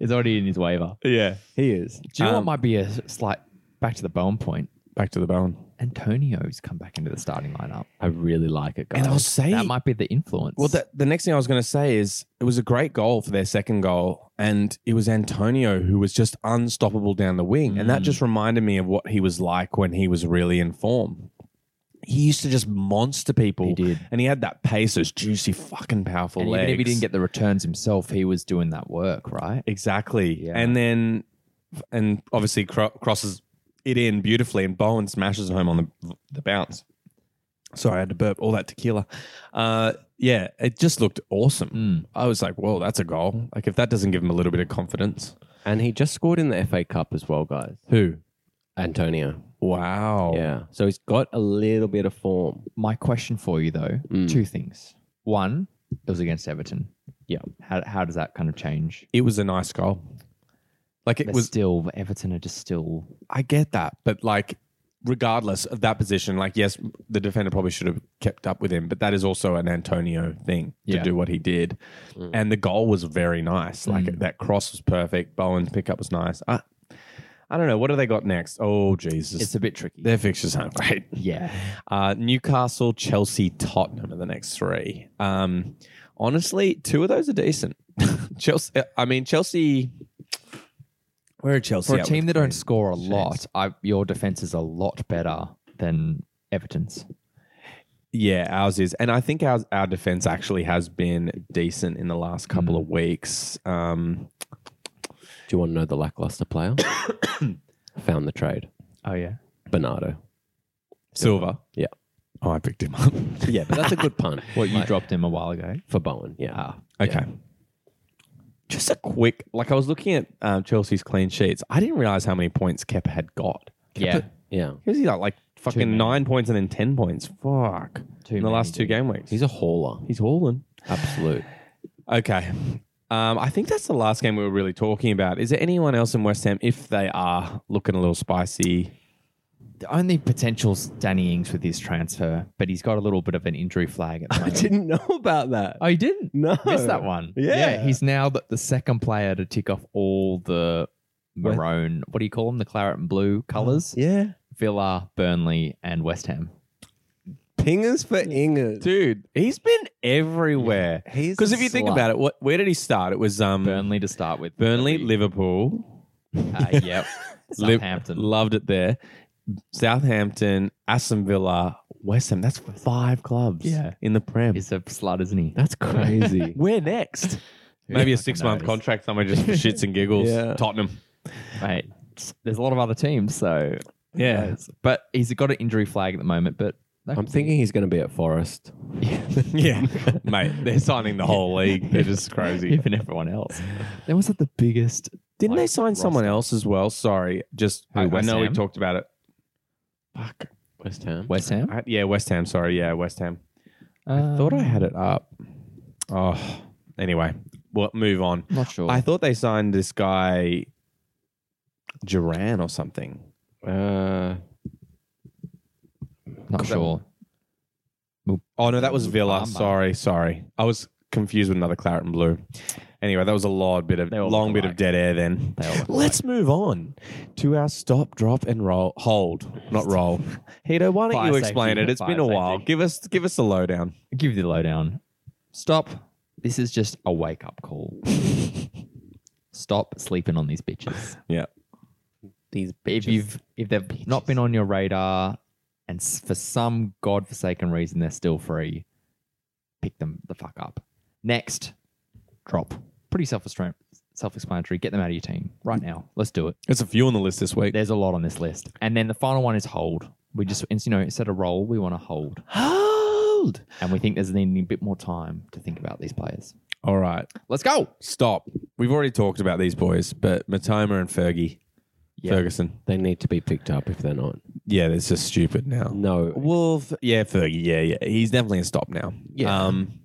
S4: It's already in his waiver.
S2: Yeah.
S3: he is
S4: Do you know
S2: Um,
S4: what might be a slight back to the Bowen point?
S2: Back to the Bowen.
S4: Antonio's come back into the starting lineup.
S3: I really like it guys
S2: And I'll say
S4: That might be the influence.
S2: Well, that, the next thing I was going to say is it was a great goal for their second goal, and it was Antonio who was just unstoppable down the wing, and that just
S4: Mm.
S2: reminded me of what he was like when he was really in form. He used to just monster people,
S4: He did.
S2: and he had that pace, those juicy, fucking powerful
S4: and
S2: legs.
S4: even if he didn't get the returns himself, he was doing that work, right?
S2: exactly,
S4: Yeah.
S2: and then and obviously cro- crosses it in beautifully, and Bowen smashes home on the the bounce. Sorry, I had to burp all that tequila. Uh, yeah, it just looked awesome.
S4: Mm.
S2: I was like, whoa, that's a goal. Like, if that doesn't give him a little bit of confidence.
S3: and he just scored in the FA Cup as well guys
S2: Who?
S3: Antonio
S2: Wow.
S3: Yeah. So he's got a little bit of form.
S4: My question for you, though,
S3: Mm.
S4: two things. One, it was against Everton.
S3: Yeah.
S4: How, how does that kind of change?
S2: It was a nice goal. Like, it
S4: They're
S2: was,
S4: still Everton are just still.
S2: I get that. But, like, regardless of that position, like, yes, the defender probably should have kept up with him, but that is also an Antonio thing to
S4: Yeah. Mm.
S2: do what he did. And the goal was very nice. Like, that cross was perfect. Bowen's pickup was nice. I, I don't know. What do they got next? Oh, Jesus.
S4: It's a bit tricky.
S2: Their fixtures aren't great.
S4: yeah.
S2: Uh, Newcastle, Chelsea, Tottenham are the next three. Um, honestly, two of those are decent. *laughs* Chelsea, I mean Chelsea. Where are Chelsea
S4: For a
S2: at
S4: team
S2: with-
S4: that don't score a lot, I, your defense is a lot better than Everton's.
S2: yeah, ours is, and I think our our defense actually has been decent in the last couple of weeks. Um,
S3: Do you want to know the lackluster player? Found the trade.
S4: Oh yeah.
S3: Bernardo.
S2: Silva,
S3: Yeah.
S2: Oh, I picked *laughs* him up.
S3: Yeah, but that's a good punt.
S4: What you dropped him a while ago?
S3: *laughs* for Bowen. Yeah.
S2: Okay. Just a quick, like I was looking at um, Chelsea's clean sheets. I didn't realize how many points Kepa had got.
S4: Yeah.
S3: Yeah.
S2: Who's he like? Like fucking
S4: many.
S2: nine points and then ten points. Fuck.
S4: Too
S2: in the
S4: many,
S2: last two
S4: dude.
S2: game weeks,
S3: He's
S2: he's
S3: a hauler.
S2: he's hauling.
S3: Absolute.
S2: Okay. Um, I think that's the last game we were really talking about. Is there anyone else in West Ham if they are looking a little spicy?
S4: The only potential's Danny Ings with his transfer, but he's got a little bit of an injury
S2: *laughs*
S4: flag at the moment.
S3: Didn't know about that.
S4: Oh, you didn't?
S3: No.
S2: Oh,
S4: Missed that one.
S3: Yeah.
S4: he's now the, the second player to tick off all the maroon. What do you call them? The claret and blue colors.
S2: Uh-huh. Yeah.
S4: Villa, Burnley, and West Ham.
S3: Pingers for Ingers.
S2: Dude, he's been everywhere.
S3: He's
S2: Because if you think
S4: slut.
S2: about it, what where did he start? It was um
S4: Burnley to start with.
S2: Burnley,
S4: Liverpool.
S2: Liverpool.
S4: Uh,
S2: *laughs*
S4: yep.
S2: Liv-
S4: Southampton.
S2: loved it there. Southampton, Aston Villa, West Ham. That's five clubs
S4: Yeah.
S2: in the Prem.
S4: He's a slut, isn't he?
S3: That's *laughs* crazy.
S2: Where next? Maybe a six month
S4: knows?
S2: contract somewhere just for shits and giggles.
S3: Yeah.
S2: Tottenham.
S4: Mate, there's a lot of other teams, so
S2: Yeah.
S4: but he's got an injury flag at the moment. But *laughs* that
S3: I'm
S4: could
S3: thinking he's going to be at Forest.
S2: *laughs* Yeah. Mate, they're signing the whole
S4: *laughs*
S2: league. They're just
S4: be
S2: crazy.
S4: even everyone else. That was like the biggest.
S2: Didn't they
S4: Like,
S2: sign someone else as well? Sorry. Just
S4: Who,
S2: I, I
S4: West
S2: know we
S4: Ham?
S2: talked about it.
S3: Fuck. West Ham.
S4: West Ham. Um,
S2: I- yeah, West Ham. Sorry. Yeah, West Ham.
S4: I
S2: Thought I had it up. Oh, anyway, we'll move on.
S4: Not sure.
S2: I thought they signed this guy, Duran or something.
S3: Uh,
S4: Not *laughs* sure.
S2: Oh no, that was Villa.
S4: Palmer.
S2: Sorry, sorry. I was confused with another claret and blue. Anyway, that was a lot bit of
S4: They all
S2: long
S4: look
S2: bit of
S4: alike.
S2: dead air. Then
S4: They all look
S2: let's move on to our stop, drop, and roll. Hold,
S4: *laughs*
S2: not roll. Hito, why don't
S4: Fire
S2: you
S4: safety,
S2: explain it? It's
S4: fire
S2: been a while.
S4: safety.
S2: Give us give us the lowdown.
S4: give you the lowdown. Stop. This is just a wake up *laughs* call. Stop sleeping on these bitches.
S2: Yeah.
S3: these
S4: If you've if they've not been on your radar, and s- for some godforsaken reason they're still free, pick them the fuck up. Next, drop. Pretty self self explanatory. Get them out of your team right now. Let's do it.
S2: There's a few on the list this week.
S4: There's a lot on this list, and then the final one is hold. We just you know instead of roll, we want to hold,
S2: Hold.
S4: and we think there's needing a bit more time to think about these players.
S2: All right.
S4: Let's go.
S2: Stop. We've already talked about these boys, but Matoma and Fergie.
S4: Yeah.
S2: Ferguson.
S3: they need to be picked up if they're not.
S2: Yeah, that's just stupid now.
S3: No.
S2: Wolf. Yeah, Fergie. Yeah, yeah. He's definitely in stop now.
S3: Yeah.
S2: Um,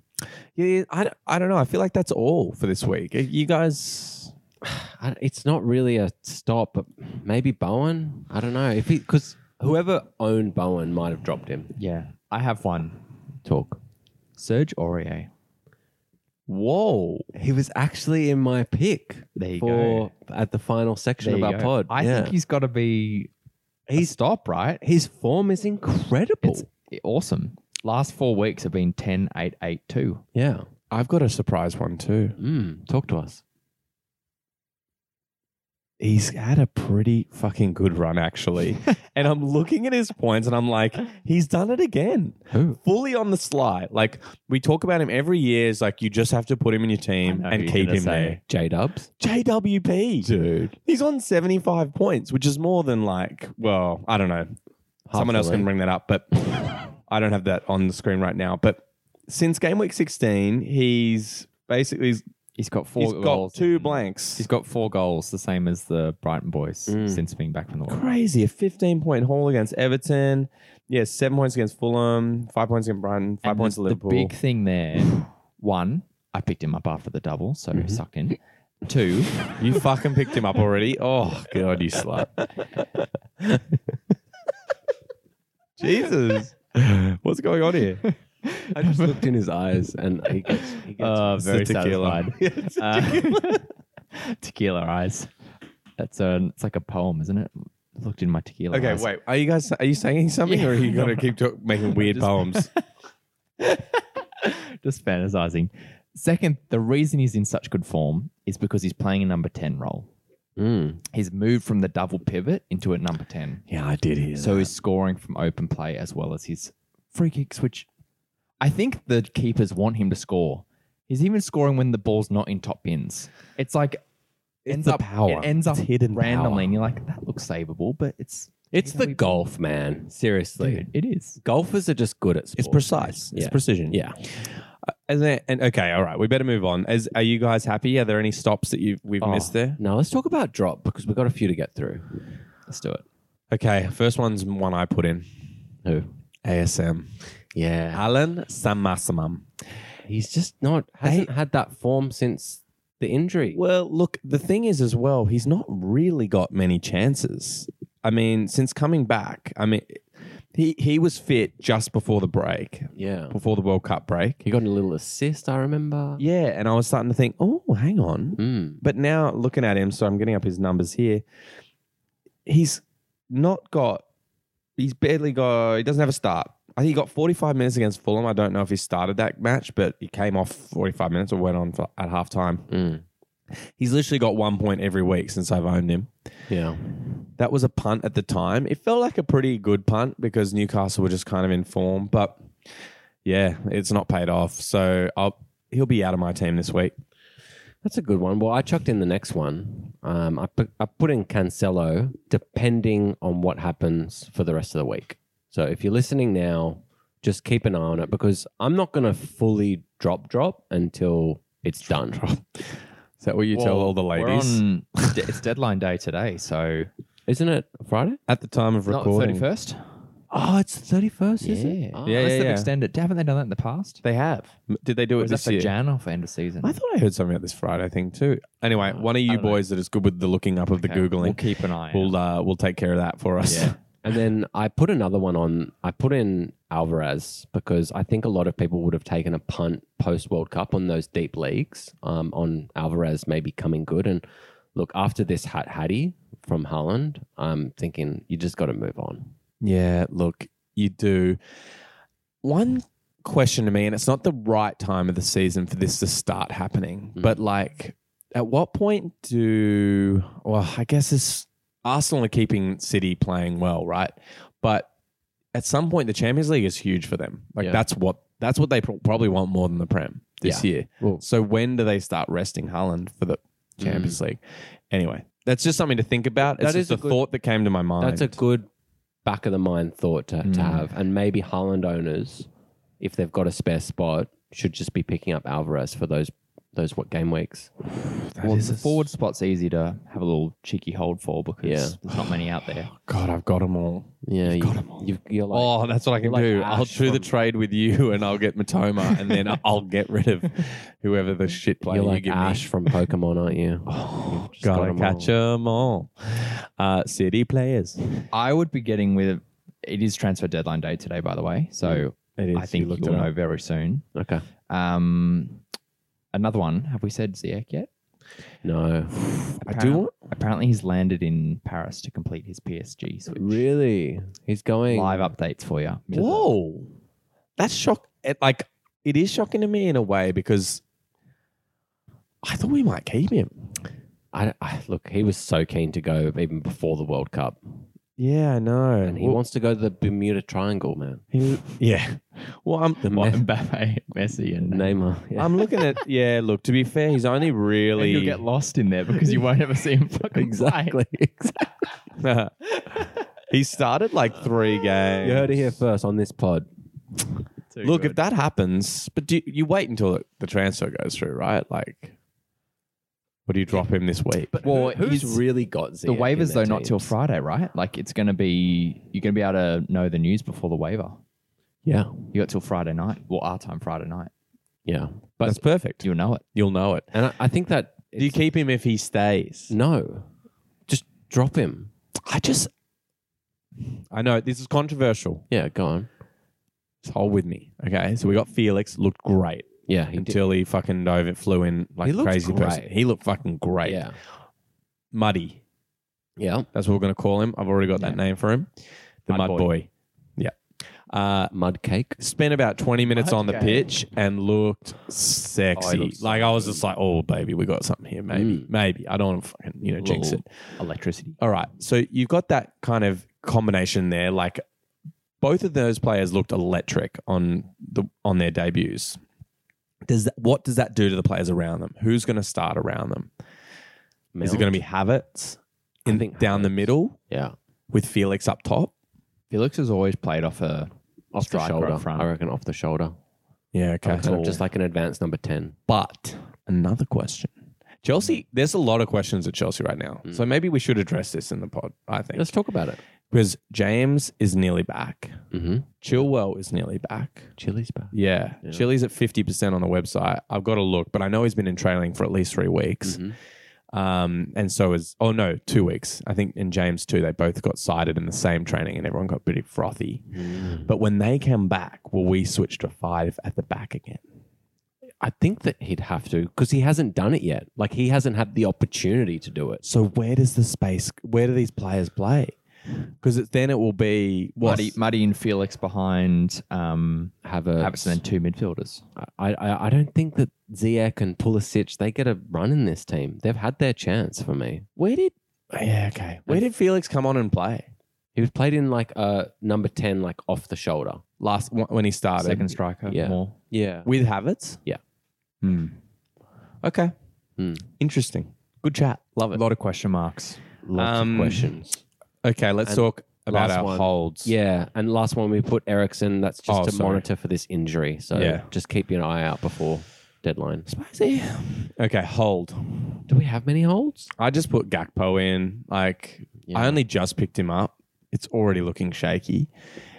S2: yeah, I, don't- I don't know. I feel like that's all for this week. You guys.
S3: *sighs* I- It's not really a stop, but maybe Bowen. I don't know if he because whoever owned Bowen might have dropped him.
S4: Yeah, I have one.
S3: Talk.
S4: Serge Aurier.
S2: Whoa.
S3: He was actually in my pick.
S4: There you
S3: for at the final section
S4: There
S3: of
S4: you
S3: our
S4: go.
S3: pod.
S4: I think he's got to be a
S3: He's-
S4: stop, right?
S3: his form is incredible.
S4: It's awesome. Last four weeks have been 10, 8, 8, 2.
S3: yeah.
S2: I've got a surprise one too.
S3: Mm, talk to us.
S2: He's had a pretty fucking good run, *laughs* actually. and I'm looking at his points and I'm like, he's done it again.
S3: Who?
S2: Fully on the slide. Like, we talk about him every year. It's like, you just have to put him in your team
S4: I know
S2: and
S4: you're
S2: keep
S4: gonna
S2: him
S4: say.
S3: J Dubs.
S2: there. JWP.
S3: Dude.
S2: He's on 75 points, which is more than like, well, I don't know. Someone
S3: the
S2: else can
S3: league.
S2: bring that up, but *laughs* I don't have that on the screen right now. But since game week 16, he's basically he's
S4: He's got four
S2: he's got
S4: goals.
S2: two
S4: in-
S2: blanks.
S4: He's got four goals, the same as the Brighton boys
S3: Mm.
S4: since being back from the World.
S2: crazy. A 15 point haul against Everton. Yeah, seven points against Fulham, five points against Brighton, five
S4: And
S2: points
S4: the,
S2: to Liverpool.
S4: The big thing there, one, I picked him up after the double, so
S2: Mm-hmm.
S4: sucked in.
S2: *laughs*
S4: Two,
S2: You fucking picked him up already. Oh god, you slut. Jesus. What's going on here?
S3: I just looked in his eyes and
S2: *laughs*
S3: he gets, he gets
S4: Uh,
S2: It's
S4: very
S2: the tequila.
S4: *laughs* satisfied.
S2: Yeah, it's the
S4: Uh, *laughs* tequila eyes. That's a, it's like a poem, isn't it? Looked in my tequila
S2: Okay,
S4: eyes.
S2: wait. Are you guys are you saying something, or are you gonna keep talk,
S4: *laughs*
S2: making weird
S4: Just-
S2: poems?
S4: Just fantasizing. Second, the reason he's in such good form is because he's playing a number 10 role.
S3: Mm.
S4: He's moved from the double pivot into a number 10.
S2: Yeah, I did hear.
S4: So he's scoring from open play as well as his free kicks, which I think the keepers want him to score. He's even scoring when the ball's not in top bins. It's like ends
S2: the
S4: up
S2: power.
S4: It ends up
S2: It's hidden
S4: randomly,
S2: power.
S4: and you're like, that looks savable, but it's
S3: It's the golf, man. Seriously.
S4: dude, it is.
S3: Golfers are just good at sports.
S2: it's precise. It's
S3: Yeah.
S2: precision.
S3: Yeah.
S2: And, then- and okay, all right. We better move on. As are you guys happy? Are there any stops that you we've
S4: Oh.
S2: missed there?
S3: Now let's talk about drop because we've got a few to get through.
S4: Let's do it.
S2: Okay, first one's one I put in
S3: Who?
S2: ASM.
S3: Yeah.
S2: Alan Samasamam.
S3: He's just not hasn't had that form since the injury.
S2: Well, look, the thing is as well, he's not really got many chances. I mean, since coming back, I mean, He he was fit just before the break,
S3: Yeah.
S2: before the World Cup break.
S3: He got a little assist, I remember.
S2: Yeah, and I was starting to think, oh, hang on.
S3: Mm.
S2: But now looking at him, so I'm getting up his numbers here. He's not got. He's barely got. He doesn't have a start. I think he got 45 minutes against Fulham. I don't know if he started that match, but he came off 45 minutes or went on for, at half time.
S3: Mm.
S2: He's literally got one point every week since I've owned him.
S3: Yeah.
S2: That was a punt at the time. It felt like a pretty good punt because Newcastle were just kind of in form, but yeah, it's not paid off. So I'll he'll be out of my team this week.
S3: That's a good one. Well, I chucked in the next one. Um, I put I put in Cancelo, depending on what happens for the rest of the week. So if you're listening now, just keep an eye on it because I'm not going to fully drop drop until it's done.
S2: Is that what you tell all the ladies
S4: on, de- *laughs* it's deadline day today, so
S3: Isn't it Friday?
S2: at the time of
S4: not
S2: recording?
S4: thirty first.
S3: Oh, it's the 31st, is it? Oh,
S4: Yeah,
S2: Yeah,
S4: unless
S2: yeah,
S4: they've
S2: yeah.
S4: extended. Haven't they done that in the past?
S2: They have. M- Did they do
S4: Or
S2: it
S4: is that
S2: this
S4: for
S2: year?
S4: Jan or for end of season?
S2: I thought I heard something about this Friday thing too. Anyway, one of
S4: Oh, I
S2: you
S4: don't know.
S2: boys that is good with the looking up of the
S4: Okay, We'll
S2: googling
S4: keep an eye.
S2: will
S4: out.
S2: uh, will take care of that for us.
S4: Yeah.
S3: And then I put another one on. I put in Alvarez because I think a lot of people would have taken a punt post World Cup on those deep leagues um, on Alvarez maybe coming good. And look, after this hat Hattie from Holland, I'm thinking you just got to move on.
S2: Yeah, look, you do. One question to me, and it's not the right time of the season for this to start happening,
S3: Mm.
S2: but like, at what point do, well, I guess it's Arsenal are keeping City playing well, right? But at some point, the Champions League is huge for them. Like,
S3: Yeah.
S2: that's what. That's what they pro- probably want more than the Prem this year.
S3: Well,
S2: So when do they start resting Haaland for the Champions League? Anyway, that's just something to think about. It's
S3: Mm. That
S2: just
S3: is
S2: a,
S3: a good-
S2: thought that came to my mind.
S3: that's a good back of the mind thought to,
S4: Mm.
S3: to have. And maybe Holland owners, if they've got a spare spot, should just be picking up Alvarez for those those what game weeks.
S2: That
S4: Well,
S2: is
S4: the
S2: a
S4: forward spot's easy to have a little cheeky hold for because
S3: Yeah.
S4: there's not many out
S2: *sighs*
S4: there.
S2: God, I've got them all.
S3: Yeah,
S2: got 'em all.
S3: you've, you're like,
S2: oh, that's what I can
S3: like
S2: do.
S3: Ash
S2: I'll do the
S3: from-
S2: trade with you, *laughs* and I'll get Matoma, and then I'll get rid of whoever the shit player
S3: You're
S2: you
S3: like
S2: give
S3: Ash
S2: me.
S3: from Pokemon, aren't you?
S2: Oh,
S3: Just got
S2: gotta
S3: 'em
S2: catch them all. Uh, city players.
S4: I would be getting with. It is transfer deadline day today, by the way. So
S2: It is.
S4: I think
S2: looked
S4: you'll
S2: it
S4: know
S2: up.
S4: very soon.
S3: Okay.
S4: Um, another one. Have we said Ziyech yet?
S3: No.
S2: I do
S4: Apparent- Apparently, he's landed in Paris to complete his PSG switch.
S3: Really? He's going.
S4: Live updates for you.
S2: Whoa, that's shock. It, like it is shocking to me in a way because I thought we might keep him.
S3: I, I, look, he was so keen to go even before the World Cup.
S2: Yeah, I know.
S3: And he
S2: Well,
S3: wants to go to the Bermuda Triangle, man.
S2: he- yeah. Well, I'm
S3: The
S4: What, *laughs*
S2: *laughs*
S3: Ma-
S4: Mbappe, Messi, and
S3: Neymar. Yeah.
S2: I'm looking at yeah. Look, to be fair, he's only
S4: And
S2: really
S4: You'll get lost in there because you won't ever see
S2: *laughs*
S4: him fucking
S3: *laughs* exactly. exactly.
S2: *laughs* he started like three games.
S3: *laughs* You heard it here first on this pod.
S4: Play. Too
S2: Look,
S4: good.
S2: if that happens, but do you, you wait until it, the transfer goes through, right? Like, what do you drop him this week?
S3: But
S4: Well,
S3: who's
S4: he's-
S3: really got
S4: the waivers though not till Friday, right? Like it's gonna be you're gonna be able to know the news before the waiver.
S3: Yeah.
S4: You got till Friday night, well our time Friday night.
S3: Yeah.
S2: That's perfect.
S4: You'll know it.
S2: You'll know it.
S3: And I, I think that.
S2: Do you
S3: it's-
S2: keep him if he stays?
S3: No. Just drop him.
S2: I just, I know this is controversial.
S3: Yeah, go on.
S2: Just hold with me, okay? So we got Felix looked great
S3: Yeah. He did.
S2: until he fucking dove it flew in like
S3: He
S2: a
S3: looked
S2: crazy person.
S3: great.
S2: He looked fucking great.
S3: Yeah.
S2: Muddy,
S3: Yeah.
S2: That's what we're going to call him. I've already got that
S4: Yeah.
S2: name for him. The Mud,
S4: Mud Boy.
S2: Boy. Yeah. Uh,
S3: Mud cake.
S2: spent about 20 minutes
S4: Mud
S2: on the
S4: Gang.
S2: pitch and looked sexy. Hmm.
S3: Oh, he looks
S2: like, I was just like, oh, baby, we got something here. Maybe. Maybe. I don't want to fucking, you know, jinx it.
S4: Little Electricity.
S2: All right. So you've got that kind of combination there. Like, both of those players looked electric on the on their debuts. Does that, what does that do to the players around them? Who's going to start around them? Is it going to be Havertz
S3: I
S2: in,
S3: think
S2: down the
S3: Havertz.
S2: middle
S3: Yeah.
S2: with Felix up top?
S4: Felix has always played off a
S3: Off the
S4: Striker up
S3: shoulder.
S4: front.
S3: I reckon off the shoulder.
S2: Yeah, okay.
S3: Kind of just like an advanced number 10.
S2: but another question. Chelsea, there's a lot of questions at Chelsea right now. So maybe we should address this in the pod, I think.
S3: Let's talk about it.
S2: Because James is nearly back.
S3: Mm-hmm.
S2: Chilwell is nearly back.
S3: Chili's back.
S2: Yeah. Chili's at 50% on the website. I've got to look, but I know he's been in training for at least three weeks. Um, and so is oh no, two weeks. I think in James too, they both got cited in the same training, and everyone got pretty frothy. But when they came back, well, we switched to five at the back again.
S3: I think that he'd have to because he hasn't done it yet. Like he hasn't had the opportunity to do it.
S2: So where does the space? Where do these players play? Because then it will be what
S4: Muddy, Muddy and Felix behind um,
S3: Have a.
S4: Havertz and then two midfielders.
S3: I, I I don't think that Ziyech and Pulisic they get a run in this team. They've had their chance for me.
S2: Where did? Yeah, okay. Where did Felix come on and play
S3: He was played in like a number ten, like off the shoulder.
S2: last when he started?
S4: Second striker.
S3: yeah.
S4: More.
S3: Yeah.
S2: with Havertz.
S3: Yeah.
S2: Hmm. Okay.
S3: Hmm.
S2: Interesting. Good chat. Love
S4: A
S2: it.
S4: lot of question marks.
S3: Lots
S2: Um,
S3: of questions.
S2: Okay, let's
S3: And
S2: talk about
S3: last
S2: our
S3: one.
S2: holds.
S3: Yeah, and last one we put Ericsson. That's just
S2: Oh,
S3: to
S2: sorry.
S3: monitor for this injury. So
S2: Yeah.
S3: just keep an eye out before deadline.
S2: Spicy. Okay, hold.
S3: Do we have many holds?
S2: I just put Gakpo in. Like, I only just picked him up. It's already looking shaky.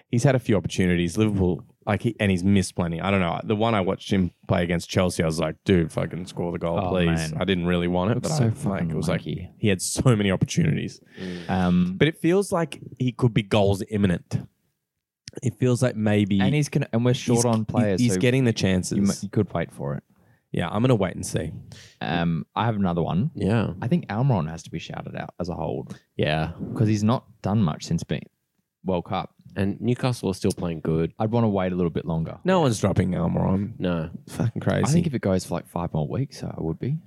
S2: He's had a few opportunities. Liverpool, like, he, and he's missed plenty. I don't know. The one I watched him play against Chelsea, I was like, dude, fucking score the goal,
S4: Oh,
S2: please.
S4: man.
S2: I didn't really want it,
S4: Looks
S2: but
S4: so
S2: I,
S4: fucking
S2: like, it was
S4: lucky.
S2: like he had so many opportunities.
S4: Um,
S2: But it feels like he could be goals imminent. It feels like maybe
S4: and he's gonna, and we're short on players.
S2: He's
S4: so
S2: getting the
S4: You, mu-
S2: chances.
S4: you could wait for it.
S2: yeah, I'm gonna wait and see.
S4: Um, I have another one.
S3: Yeah,
S4: I think Almiron has to be shouted out as a hold
S3: yeah.
S4: because he's not done much since being World Cup.
S3: And Newcastle are still playing good.
S4: I'd want to wait a little bit longer.
S2: No one's dropping Almiron.
S3: No,
S2: Fucking crazy.
S4: I think if it goes for like five more weeks, I would be.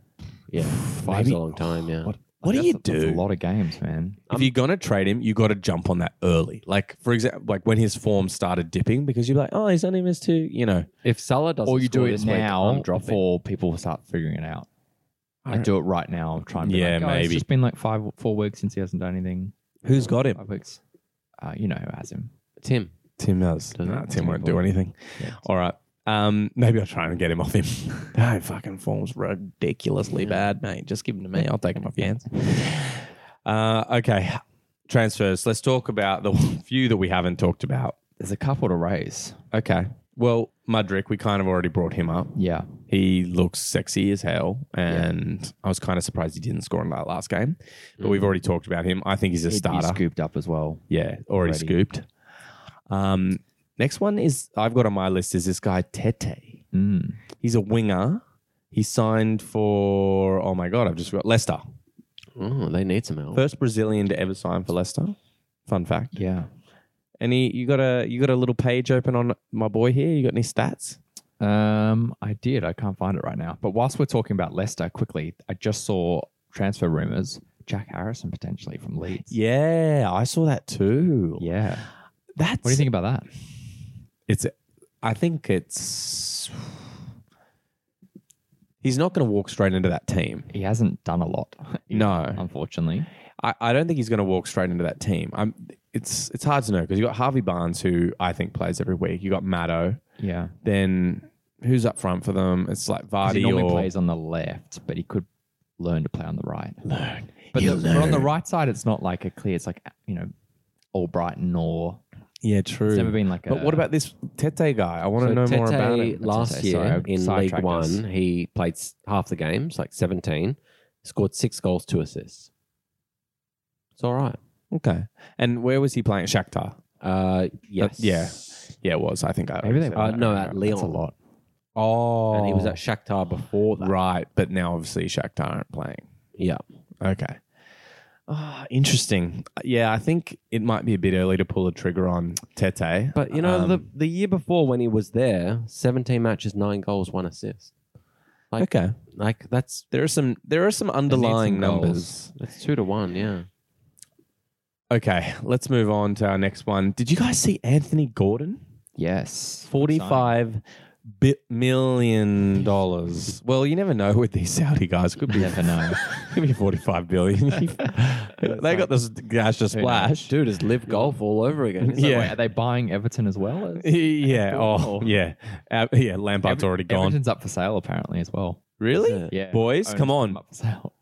S3: yeah, five's a long time. Yeah,
S2: What do
S4: That's
S2: you
S4: a- that's
S2: do?
S4: a lot of games, man.
S2: if you're gonna trade him, you got to jump on that early. Like for example, like when his form started dipping, because you're like, oh, he's only missed two. You know,
S3: if Salah doesn't,
S4: Or you do
S3: score
S4: it
S3: this
S4: now
S3: week, I'm dropping.
S4: before people start figuring it out. I do it right now. I'm trying to. Be
S2: Yeah,
S4: like, "Oh, It's
S2: maybe.
S4: just been like five, four weeks since he hasn't done anything.
S2: who's got him?
S4: Five weeks. Uh, you know who has him?
S3: Tim.
S2: Tim does.
S3: Does it?
S2: Nah, Tim won't do anything. All right. Um, maybe I'll try and get him off him. *laughs* that fucking form's ridiculously bad, mate. Just give him to me. I'll take him off your hands. *laughs* Uh, okay. Transfers. Let's talk about the *laughs* few that we haven't talked about.
S4: There's a couple to raise.
S2: Okay. Well, Mudrick, we kind of already brought him up.
S4: Yeah.
S2: He looks sexy as hell, and I was kind of surprised he didn't score in that last game. But we've already talked about him. I think he's a
S4: He'd be
S2: starter.
S4: scooped up as well.
S2: Yeah, already
S4: Already.
S2: scooped. Um, next one is I've got on my list is this guy Tete.
S4: Mm.
S2: He's a winger. He signed for oh my god, I've just got Leicester.
S3: Oh, they need some help.
S2: First Brazilian to ever sign for Leicester. Fun fact.
S4: Yeah.
S2: Any you got a you got a little page open on my boy here? You got any stats?
S4: Um, I did. I can't find it right now. But whilst we're talking about Leicester, quickly, I just saw transfer rumors. Jack Harrison potentially from Leeds.
S2: Yeah, I saw that too.
S4: Yeah.
S2: That's
S4: What do you think about that?
S2: it's I think it's he's not gonna walk straight into that team.
S4: He hasn't done a lot. *laughs*
S2: No.
S4: Unfortunately.
S2: I, I don't think he's going to walk straight into that team. I'm, it's it's hard to know because you got Harvey Barnes who I think plays every week. You got Maddo.
S4: Yeah.
S2: Then who's up front for them? It's like
S4: 'Cause He
S2: Vardy
S4: normally
S2: or
S4: plays on the left, but he could learn to play on the right.
S2: learn.
S4: But, the, but on the right side, it's not like a clear. It's like you know, all Brighton or
S2: Yeah, true.
S4: it's never been like.
S2: but
S4: a,
S2: what about this Tete guy? I want to know more
S3: Tete
S2: about him.
S3: Last
S4: Tete,
S3: year
S4: sorry, I
S3: in League
S4: sidetracked us.
S3: One, he played s- half the games, like 17, scored six goals, two assists. It's all right.
S2: Okay, and where was he playing? Shakhtar.
S3: Uh, yes.
S2: yeah. Yeah, it was. I think I
S4: Maybe they
S3: Uh, no, at Leon.
S4: That's a lot.
S2: Oh,
S3: And he was at Shakhtar before that.
S2: right, but now obviously Shakhtar aren't playing.
S3: Yeah.
S2: Okay. Ah, interesting. Yeah, I think it might be a bit early to pull a trigger on Tete.
S3: But you know,
S2: Um,
S3: the the year before when he was there, seventeen matches, nine goals, one assist. like-
S2: okay,
S3: Like that's
S2: there are some there are some underlying
S4: goals.
S2: numbers.
S3: that's two to one, yeah.
S2: Okay, let's move on to our next one. Did you guys see Anthony Gordon?
S4: Yes,
S2: Forty five bi- million dollars. Well, you never know with these Saudi guys. Could be
S4: Never know.
S2: *laughs* could be forty five billion. *laughs* they got this gash to splash.
S3: Dude, it's live golf all over again.
S2: *laughs*
S4: So
S2: Yeah.
S4: wait, are they buying *laughs* Everton as well?
S2: *laughs*
S4: Is-
S2: Yeah. Oh, yeah. Uh, yeah. Lampard's
S4: Ever-
S2: already gone.
S4: Everton's up for sale apparently as well.
S2: Really?
S4: Yeah,
S2: Boys,
S4: Owners
S2: come
S4: put
S2: on.
S4: them up for sale.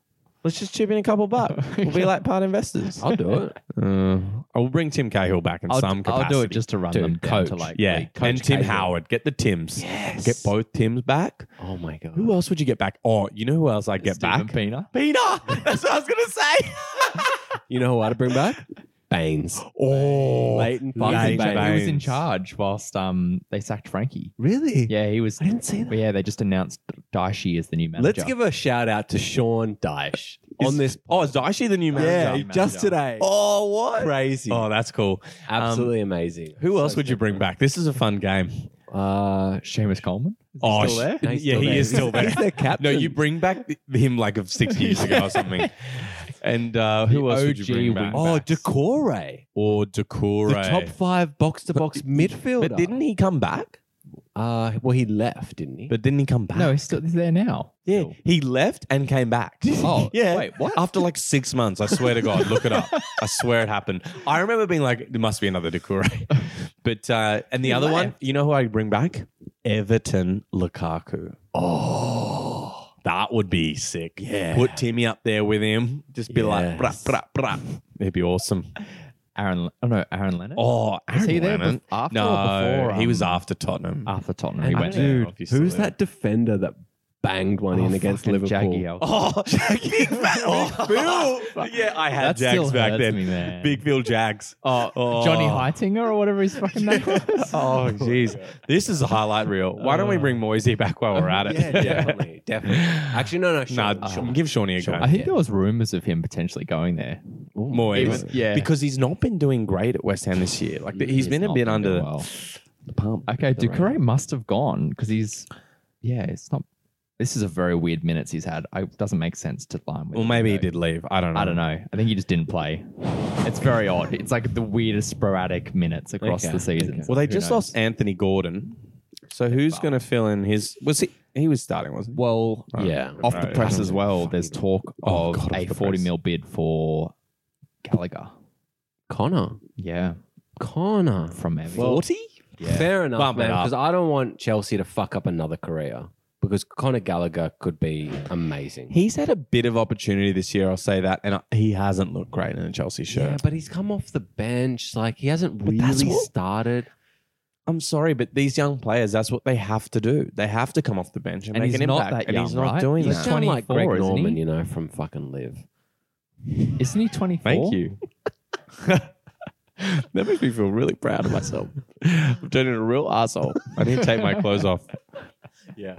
S2: Let's just chip in a couple bucks. *laughs* We'll be like part investors.
S3: I'll do it.
S2: Uh, I'll bring Tim Cahill back in
S4: I'll,
S2: some
S4: I'll
S2: capacity.
S4: do it just to run
S3: Dude,
S4: them down to
S3: coach.
S4: like
S2: yeah,
S4: the
S2: and
S4: coach
S2: Tim
S4: Cahill.
S2: Howard. Get the Tims. Yes. Get both Tims back.
S3: Oh my god.
S2: Who else would you get back? Oh, you know who else I'd get
S4: Steven
S2: back?
S4: Pienaar.
S2: Pina. *laughs* That's what I was gonna say. *laughs*
S3: You know who I'd bring back? Baines.
S2: oh,
S3: Leighton
S4: He was, in
S2: Leighton
S3: fucking
S4: charge, he was in
S2: Baines.
S4: charge whilst um they sacked Frankie.
S2: really?
S4: Yeah, he was.
S2: I didn't see
S4: But
S2: that.
S4: yeah, they just announced Daishi as the new manager.
S3: Let's give a shout out to Sean Dyche on this.
S2: Oh, is Daishi the new
S3: Yeah,
S2: manager?
S3: just today.
S2: Oh, what?
S3: crazy.
S2: Oh, that's cool.
S3: Absolutely amazing.
S2: Who
S3: So
S2: else would you bring back? This is a fun game.
S3: Uh,
S4: Seamus Coleman.
S2: oh,
S4: still
S2: sh-
S4: there?
S3: No, he's
S2: yeah,
S3: still
S2: he
S3: there.
S2: is
S4: *laughs*
S2: still there.
S3: He's their
S2: No,
S3: captain.
S2: you bring back th- him like of six years ago or *laughs* something. And uh, who
S4: The
S2: else would you
S4: OG
S2: bring back?
S4: wing-
S3: oh,
S4: backs.
S3: Decore,
S2: or
S3: the
S2: Decore.
S3: top five box to box midfielder.
S2: But didn't he come back?
S3: Uh, well, he left, didn't he?
S2: But didn't he come back?
S4: No, he's still he's there now.
S2: Yeah, he left and came back.
S4: Oh,
S2: *laughs* yeah.
S4: wait, what?
S2: After like six months, I swear to God, look it up. I swear it happened. I remember being like, there must be another Decore. *laughs* But uh, and the other one, you know who I bring back? Everton Lukaku.
S3: oh,
S2: That would be sick.
S3: Yeah.
S2: Put Timmy up there with him. Just be like,
S3: Yes.
S2: brah, brah, brah. It'd be awesome.
S4: Aaron. Oh no, Aaron Leonard.
S2: Oh, Aaron
S4: Was he there
S2: Lennon.
S4: bef- after
S2: no,
S4: or before?
S2: he
S4: um,
S2: was after Tottenham.
S4: after Tottenham. He
S3: and
S4: went Oh,
S3: dude,
S2: there, obviously.
S3: who's that defender that banged one in against
S4: fucking
S3: Liverpool?
S4: Jackie L.
S2: *laughs* Oh, big fat oh, Phil. *laughs* Yeah, I had
S4: That still
S2: Jags back
S4: hurts
S2: then.
S4: me, man.
S2: Big Phil Jags. Oh,
S4: Johnny Heitinger or whatever his fucking name was.
S2: *laughs* Oh, jeez. This is a highlight reel. Why don't we bring Moisey back while we're *laughs* at it?
S3: Yeah, definitely, definitely. Actually, no, no,
S2: Nah,
S3: Sean.
S2: Sean- give Shawnee a go.
S4: I think there was rumors of him potentially going there.
S2: Moyes.
S4: Even- yeah.
S2: Because he's not been doing great at West Ham this year. Like he's been a
S4: not
S2: bit
S4: doing
S2: under
S4: well.
S2: the pump.
S4: Okay, Ducure must have gone because he's. Yeah, it's not. This is a very weird minutes he's had. I- It doesn't make sense to line with.
S2: Well,
S4: him,
S2: maybe he
S4: though.
S2: did leave. I don't know.
S4: I don't know. I think he just didn't play. It's very odd. It's like the weirdest sporadic minutes across
S3: Okay,
S4: the season.
S3: okay.
S2: Well, they
S4: Who
S2: just
S4: knows?
S2: lost Anthony Gordon. So who's going to fill in his? Was he? He was starting, wasn't he?
S4: Well,
S3: Yeah.
S4: off the
S2: Right.
S4: press as well. There's talk
S2: Oh,
S4: of
S2: God, off
S4: a
S2: the
S4: 40
S2: press.
S4: mil bid for Gallagher.
S3: Connor.
S4: Yeah,
S3: Connor.
S4: from Evie.
S2: Forty?
S3: Fair enough,
S2: Bump it
S3: man.
S2: up.
S3: Because I don't want Chelsea to fuck up another career. Because Conor Gallagher could be amazing.
S2: He's had a bit of opportunity this year. I'll say that, and I- he hasn't looked great in a Chelsea shirt.
S3: Yeah, but he's come off the bench. Like he hasn't
S2: that's
S3: really
S2: what-
S3: started.
S2: I'm sorry, but these young players, that's what they have to do. They have to come off the bench and,
S4: And
S2: make
S4: he's
S2: an
S4: not
S2: impact.
S4: that
S2: and
S4: young,
S2: he's not
S4: right?
S2: doing
S3: He's
S4: He's
S2: that.
S3: kind of like Greg
S4: 24, isn't he?
S3: Norman, you know, from fucking Live.
S4: Isn't he 24?
S2: Thank you. *laughs* that makes me feel really proud of myself. I'm turning a real asshole. I need to take my clothes off. *laughs* Yeah.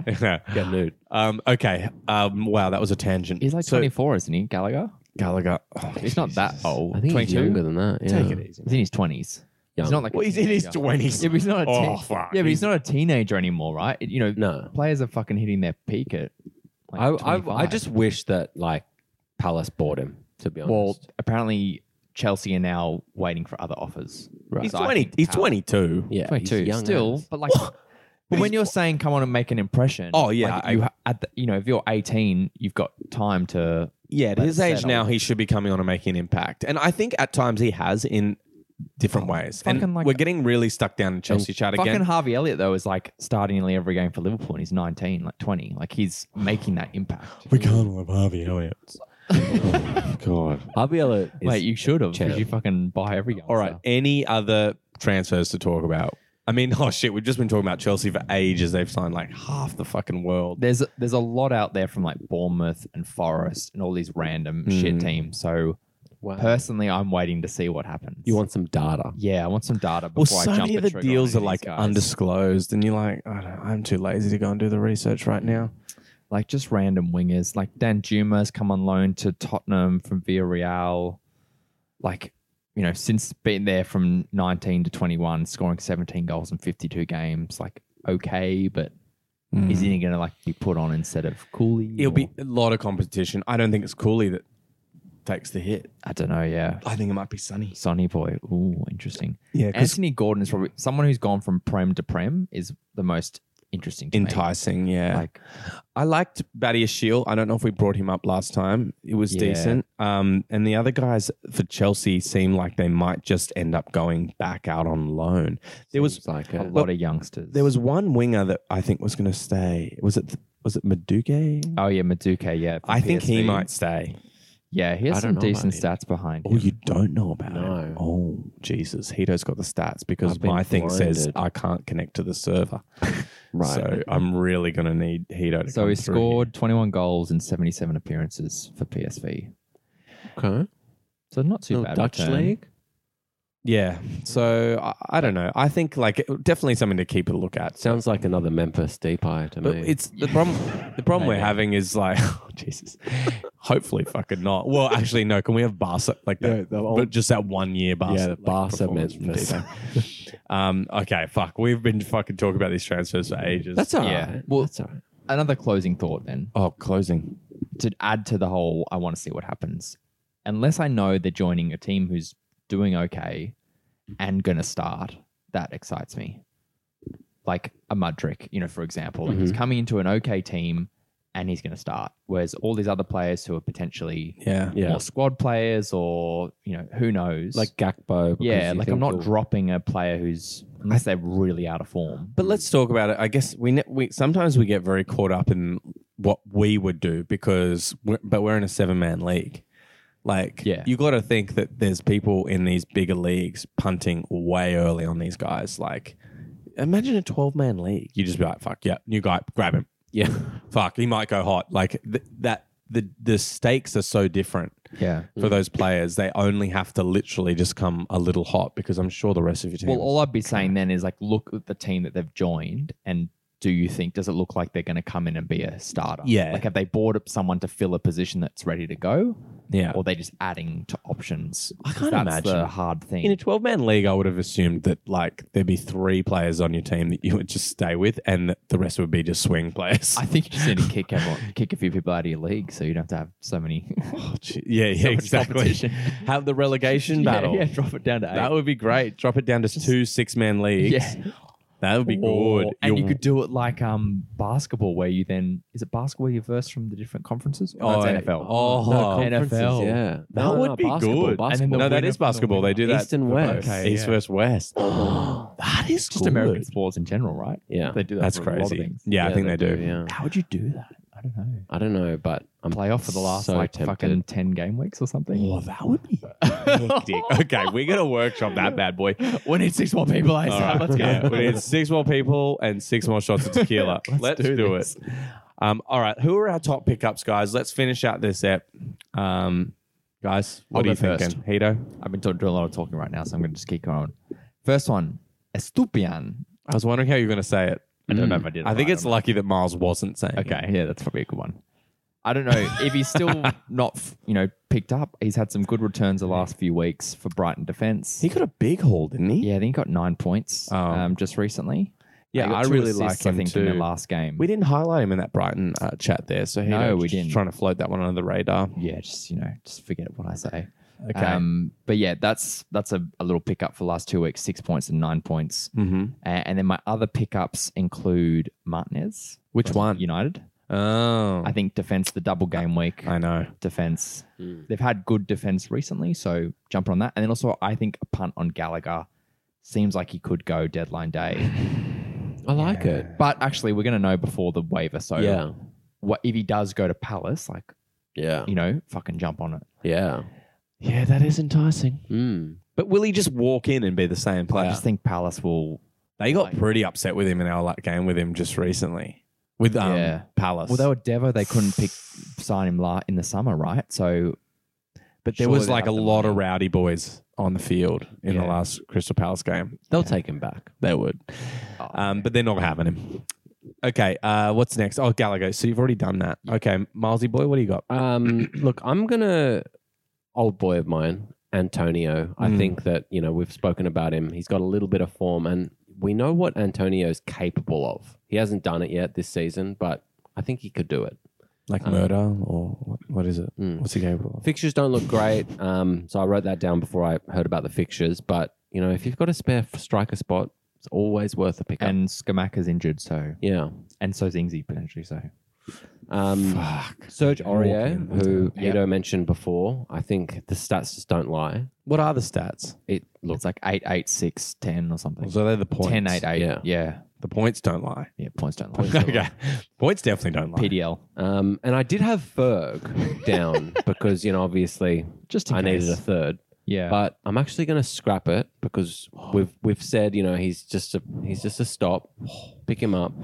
S3: Get nude.
S2: um, okay. Um, wow, that was a tangent.
S4: He's like
S2: So-
S4: 24, isn't he, Gallagher?
S2: Gallagher. Oh,
S4: He's not that
S2: Jesus.
S4: old.
S3: I think he's
S4: 22?
S3: younger than that. Yeah.
S2: Take it easy.
S4: He's in his 20s.
S3: Young.
S4: He's not like a
S2: Well, he's in his
S4: teenager.
S2: 20s.
S4: Yeah, but he's not a teen-
S2: Oh, fuck.
S4: Yeah, but he's not a teenager anymore, right? You know,
S3: No.
S4: players are fucking hitting their peak at like
S3: I, I, I
S4: 25.
S3: just wish that like Palace bought him. To be honest.
S4: Well, apparently Chelsea are now waiting for other offers.
S2: He's
S4: So I
S2: 20.
S4: think
S2: He's
S4: Palace-
S2: 22.
S3: yeah, he's
S4: 22
S3: young
S4: still,
S3: as-
S4: but like but when you're saying come on and make an impression,
S2: Oh, yeah,
S4: like
S2: I-
S4: you ha- at the, you know if you're 18, you've got time to
S2: Yeah, at
S4: But
S2: his age
S4: settle.
S2: now, he should be coming on and making an impact. And I think at times he has in different ways.
S4: fucking
S2: And
S4: like-
S2: we're getting really stuck down in Chelsea chat
S4: fucking
S2: again.
S4: Harvey Elliott though is like starting nearly every game for Liverpool and he's 19, like 20, like he's making that impact.
S2: *laughs* We can't love Harvey Elliott. God.
S3: Harvey Elliott. is-
S4: Wait, you should have
S3: Champ.
S4: because you fucking buy every game.
S2: All right. Any other transfers to talk about? I mean, *laughs* oh shit, we've just been talking about Chelsea for ages. They've signed like half the fucking world.
S4: there's there's a lot out there from like Bournemouth and Forest and all these
S2: Hmm.
S4: random shit teams. So
S3: Wow.
S4: personally, I'm waiting to see what happens.
S3: you want some data?
S4: Yeah, I want some data
S2: Well,
S4: before
S2: so
S4: I jump
S2: many
S4: the
S2: of the
S4: trigger on
S2: deals are
S4: any of
S2: like
S4: these guys.
S2: undisclosed, and you're like, I don't know, I'm too lazy to go and do the research right now.
S4: like just random wingers. Like Dan Juma's come on loan to Tottenham from Villarreal. Like, you know, since being there from 19 to 21, scoring 17 goals in 52 games, like okay, but is he going to like be put on instead of Cooley?
S2: Hmm. It'll
S4: or-
S2: be a lot of competition. I don't think it's Cooley that takes the hit.
S4: I don't know. Yeah,
S2: I think it might be Sonny.
S4: Sonny Boy. Ooh, interesting.
S2: Yeah, 'cause-
S4: Anthony Gordon is probably someone who's gone from prem to prem is the most interesting. To me.
S2: Enticing, yeah.
S4: Like,
S2: I liked Batty Shield. I don't know if we brought him up last time. It was
S4: Yeah.
S2: decent. Um, and the other guys for Chelsea seem like they might just end up going back out on loan. There was
S3: It's like
S4: a
S3: a,
S4: lot of youngsters.
S2: there was one winger that I think was going to stay. Was it was it Maduke?
S4: Oh yeah, Maduke. Yeah, for
S2: I think he
S4: PSV.
S2: might stay.
S4: Yeah, he
S3: I
S4: has
S3: don't
S4: some
S3: know about
S4: decent
S3: him.
S4: stats behind.
S2: Oh,
S4: him.
S2: you don't know about it?
S3: No.
S2: Oh, Jesus. Hito's got the stats because
S3: I've been
S2: my thing says
S3: blinded.
S2: I can't connect to the server.
S3: Right.
S2: So I'm really going to need Hedo to
S4: So
S2: come
S4: he
S2: through
S4: scored 21 goals in 77 appearances for PSV.
S3: Okay.
S4: So not too bad.
S3: Dutch
S4: return.
S3: league.
S2: here. Yeah. So I, I don't know. I think like it- definitely something to keep a look at. So,
S3: Sounds like another Memphis Depay to
S2: but
S3: me.
S2: it's the problem. The problem we're
S4: Maybe.
S2: having is like *laughs* oh, Jesus. Hopefully, fucking not. Well, actually, no. Can we have Barca like that?
S3: the
S2: but just that one year Barca.
S3: Oh. yeah, the
S2: like,
S3: Barca
S2: performance from
S3: Memphis.
S2: Depay. *laughs* um. Okay. Fuck. We've been fucking talking about these transfers for ages.
S3: That's all right.
S4: Yeah. Well-
S3: That's all right.
S4: Another closing thought then
S2: oh, closing.
S4: to add to the whole. I want to see what happens. Unless I know they're joining a team who's doing okay and going to start, that excites me. Like a Mudrick, you know, for example, like he's
S3: Mm-hmm.
S4: coming into an okay team and he's going to start. Whereas all these other players who are potentially
S2: Yeah.
S3: Yeah.
S4: more squad players or you know who knows,
S3: Like Gakpo. because
S4: Yeah,
S3: you
S4: like
S3: think
S4: I'm not
S3: he'll-
S4: dropping a player who's unless they're really out of form.
S2: But let's talk about it. I guess we ne- we sometimes we get very caught up in what we would do because we're, but we're in a seven man league. Like
S4: Yeah.
S2: you got to think that there's people in these bigger leagues punting way early on these guys. Like imagine a 12 man league. You just be like fuck yeah, new guy, grab him.
S3: Yeah.
S2: *laughs* Fuck, he might go hot. Like th- that the the stakes are so different
S4: Yeah.
S2: for those players. They only have to literally just come a little hot because I'm sure the rest of your team
S4: Well, all I'd be saying then is like, look at the team that they've joined, and do you think does it look like they're going to come in and be a starter?
S2: Yeah.
S4: Like, have they bought up someone to fill a position that's ready to go,
S2: yeah.
S4: or are they just adding to options?
S2: I can't
S4: that's the
S2: imagine.
S4: hard thing.
S2: In a 12 man league, I would have assumed that like there'd be three players on your team that you would just stay with, and that the rest would be just swing *laughs* players.
S4: I think you just need to kick everyone, *laughs* kick a few people out of your league, so you don't have to have so many *laughs*
S2: Oh, gee. yeah, yeah,
S4: so much
S2: exactly.
S4: competition.
S2: *laughs* Have the relegation
S4: *laughs* Yeah,
S2: battle.
S4: Yeah, drop it down to eight.
S2: That would be great. Drop it down to two six man leagues.
S4: yeah.
S2: That would *laughs* be
S4: Or-
S2: good.
S4: And you
S2: You'll-
S4: could do it like um basketball, where you then is it basketball you verse from the different conferences?
S2: Oh,
S4: that's NFL.
S2: oh,
S4: conferences,
S3: NFL.
S4: yeah.
S3: Yeah.
S2: That would be good.
S4: And then the
S2: no, that
S4: winner
S2: is
S4: from the
S2: basketball. They do
S4: winner.
S2: that.
S3: East and
S2: for both.
S3: West.
S4: Okay,
S2: East
S4: yeah.
S2: versus West.
S3: *gasps*
S2: that is
S4: just
S2: good.
S4: American sports in general, right?
S3: Yeah.
S4: They do that.
S2: That's
S4: for a lot of
S2: crazy.
S4: things.
S2: Yeah, I think they, do.
S3: Yeah.
S4: How would you do that? I don't know.
S3: I don't know, but I'm
S4: Play off for the last
S3: so
S4: like
S3: tempted.
S4: fucking ten game weeks or something.
S2: Oh, that would
S4: *laughs*
S2: be hectic. okay, we're gonna workshop that bad boy.
S4: *gasps* we need six more people. I
S2: All right. Yeah, we need six more people and six more shots of
S4: *laughs*
S2: tequila. Let's, do,
S4: do
S2: it. Um, all right. Who are our top pickups, guys? Let's finish out this app. Um, guys, what
S4: I'll
S2: are
S4: go
S2: you thinking? Hito?
S4: I've been doing doing a lot of talking right now, so I'm going to just keep going. First one, Estupian.
S2: I was wondering how you were going to say it.
S4: I don't know if I did. it
S2: I think
S4: right
S2: it's
S4: or not.
S2: lucky that Miles wasn't saying it.
S4: Okay, yeah, that's probably a good one. I don't know if he's still
S2: *laughs*
S4: not, f- you know, picked up. He's had some good returns the last few weeks for Brighton defense.
S2: He got a big haul, didn't he?
S4: yeah, I think he got nine points
S2: Oh.
S4: um, just recently.
S2: Yeah,
S4: He got
S2: I
S4: two
S2: really
S4: assists,
S2: like him
S4: I think
S2: too.
S4: in the last game.
S2: We didn't highlight him in that Brighton uh, chat there, so Hito,
S4: No, we
S2: just
S4: didn't.
S2: Trying to float that one under the radar.
S4: yeah, just you know, just forget what I say.
S2: Okay.
S4: Um, but yeah, that's that's a, a little pickup for the last two weeks: six points and nine points.
S2: mm-hmm.
S4: A- and then my other pickups include Martinez,
S2: Which one?
S4: United.
S2: Oh,
S4: I think defense the double game week.
S2: I know.
S4: defense.
S3: Mm.
S4: They've had good defense recently, so jump on that. And then also, I think a punt on Gallagher seems like he could go deadline day.
S2: *laughs*
S3: I like it.
S4: but actually, we're going to know before the waiver. So,
S3: Yeah.
S4: what if he does go to Palace? Like,
S3: Yeah.
S4: you know, fucking jump on it.
S3: Yeah.
S2: Yeah, that is enticing.
S3: Mm.
S2: But will he just walk in and be the same
S4: I
S2: player?
S4: just think Palace will.
S2: They got
S4: Like-
S2: pretty upset with him in our la- game with him just recently with um,
S4: Yeah.
S2: Palace.
S4: Well, they were Devo. They couldn't pick sign him la- in the summer, right? So,
S2: but there
S4: surely
S2: was
S4: they
S2: like a
S4: have the
S2: lot of
S4: money.
S2: rowdy boys on the field in the
S4: Yeah.
S2: last Crystal Palace game.
S3: They'll take him back.
S2: They would,
S4: uh,
S2: um, but they're not having him. Okay, uh, what's next? Oh, Gallagher. So you've already done that. Okay, Milesy boy, what do you got?
S3: *clears throat* Um, look, I'm gonna old boy of mine, Antonio. I
S2: Mm.
S3: think that you know we've spoken about him. He's got a little bit of form, and we know what Antonio's capable of. He hasn't done it yet this season, but I think he could do it.
S2: Like
S3: Um,
S2: murder or what, what is it?
S3: Mm.
S2: What's he capable of?
S3: Fixtures don't look great, um, so I wrote that down before I heard about the fixtures. But you know, if you've got a spare f- striker spot, it's always worth a pickup.
S4: and Skamaka's injured, so
S3: yeah.
S4: and so Zingzi potentially. So,
S3: Um,
S2: Fuck.
S3: Serge
S2: Walking
S3: Aurier,
S2: in.
S3: who
S4: Yeah.
S3: Edo mentioned before, I think the stats just don't lie.
S2: What are the stats?
S3: It look,
S4: it's like eight, eight, six, ten, or something.
S2: So they're the points.
S4: Ten, eight, eight.
S3: Yeah.
S4: yeah.
S2: The points don't lie.
S4: Yeah, points don't
S3: *laughs*
S4: lie.
S2: *laughs* okay, points definitely don't lie.
S4: PDL. *laughs*
S3: um, and I did have Ferg down because you know obviously
S4: Just in
S3: I needed
S4: case.
S3: a third.
S4: Yeah.
S3: But I'm actually going to scrap it because we've we've said you know he's just a he's just a
S4: *sighs*
S3: stop. Pick him up.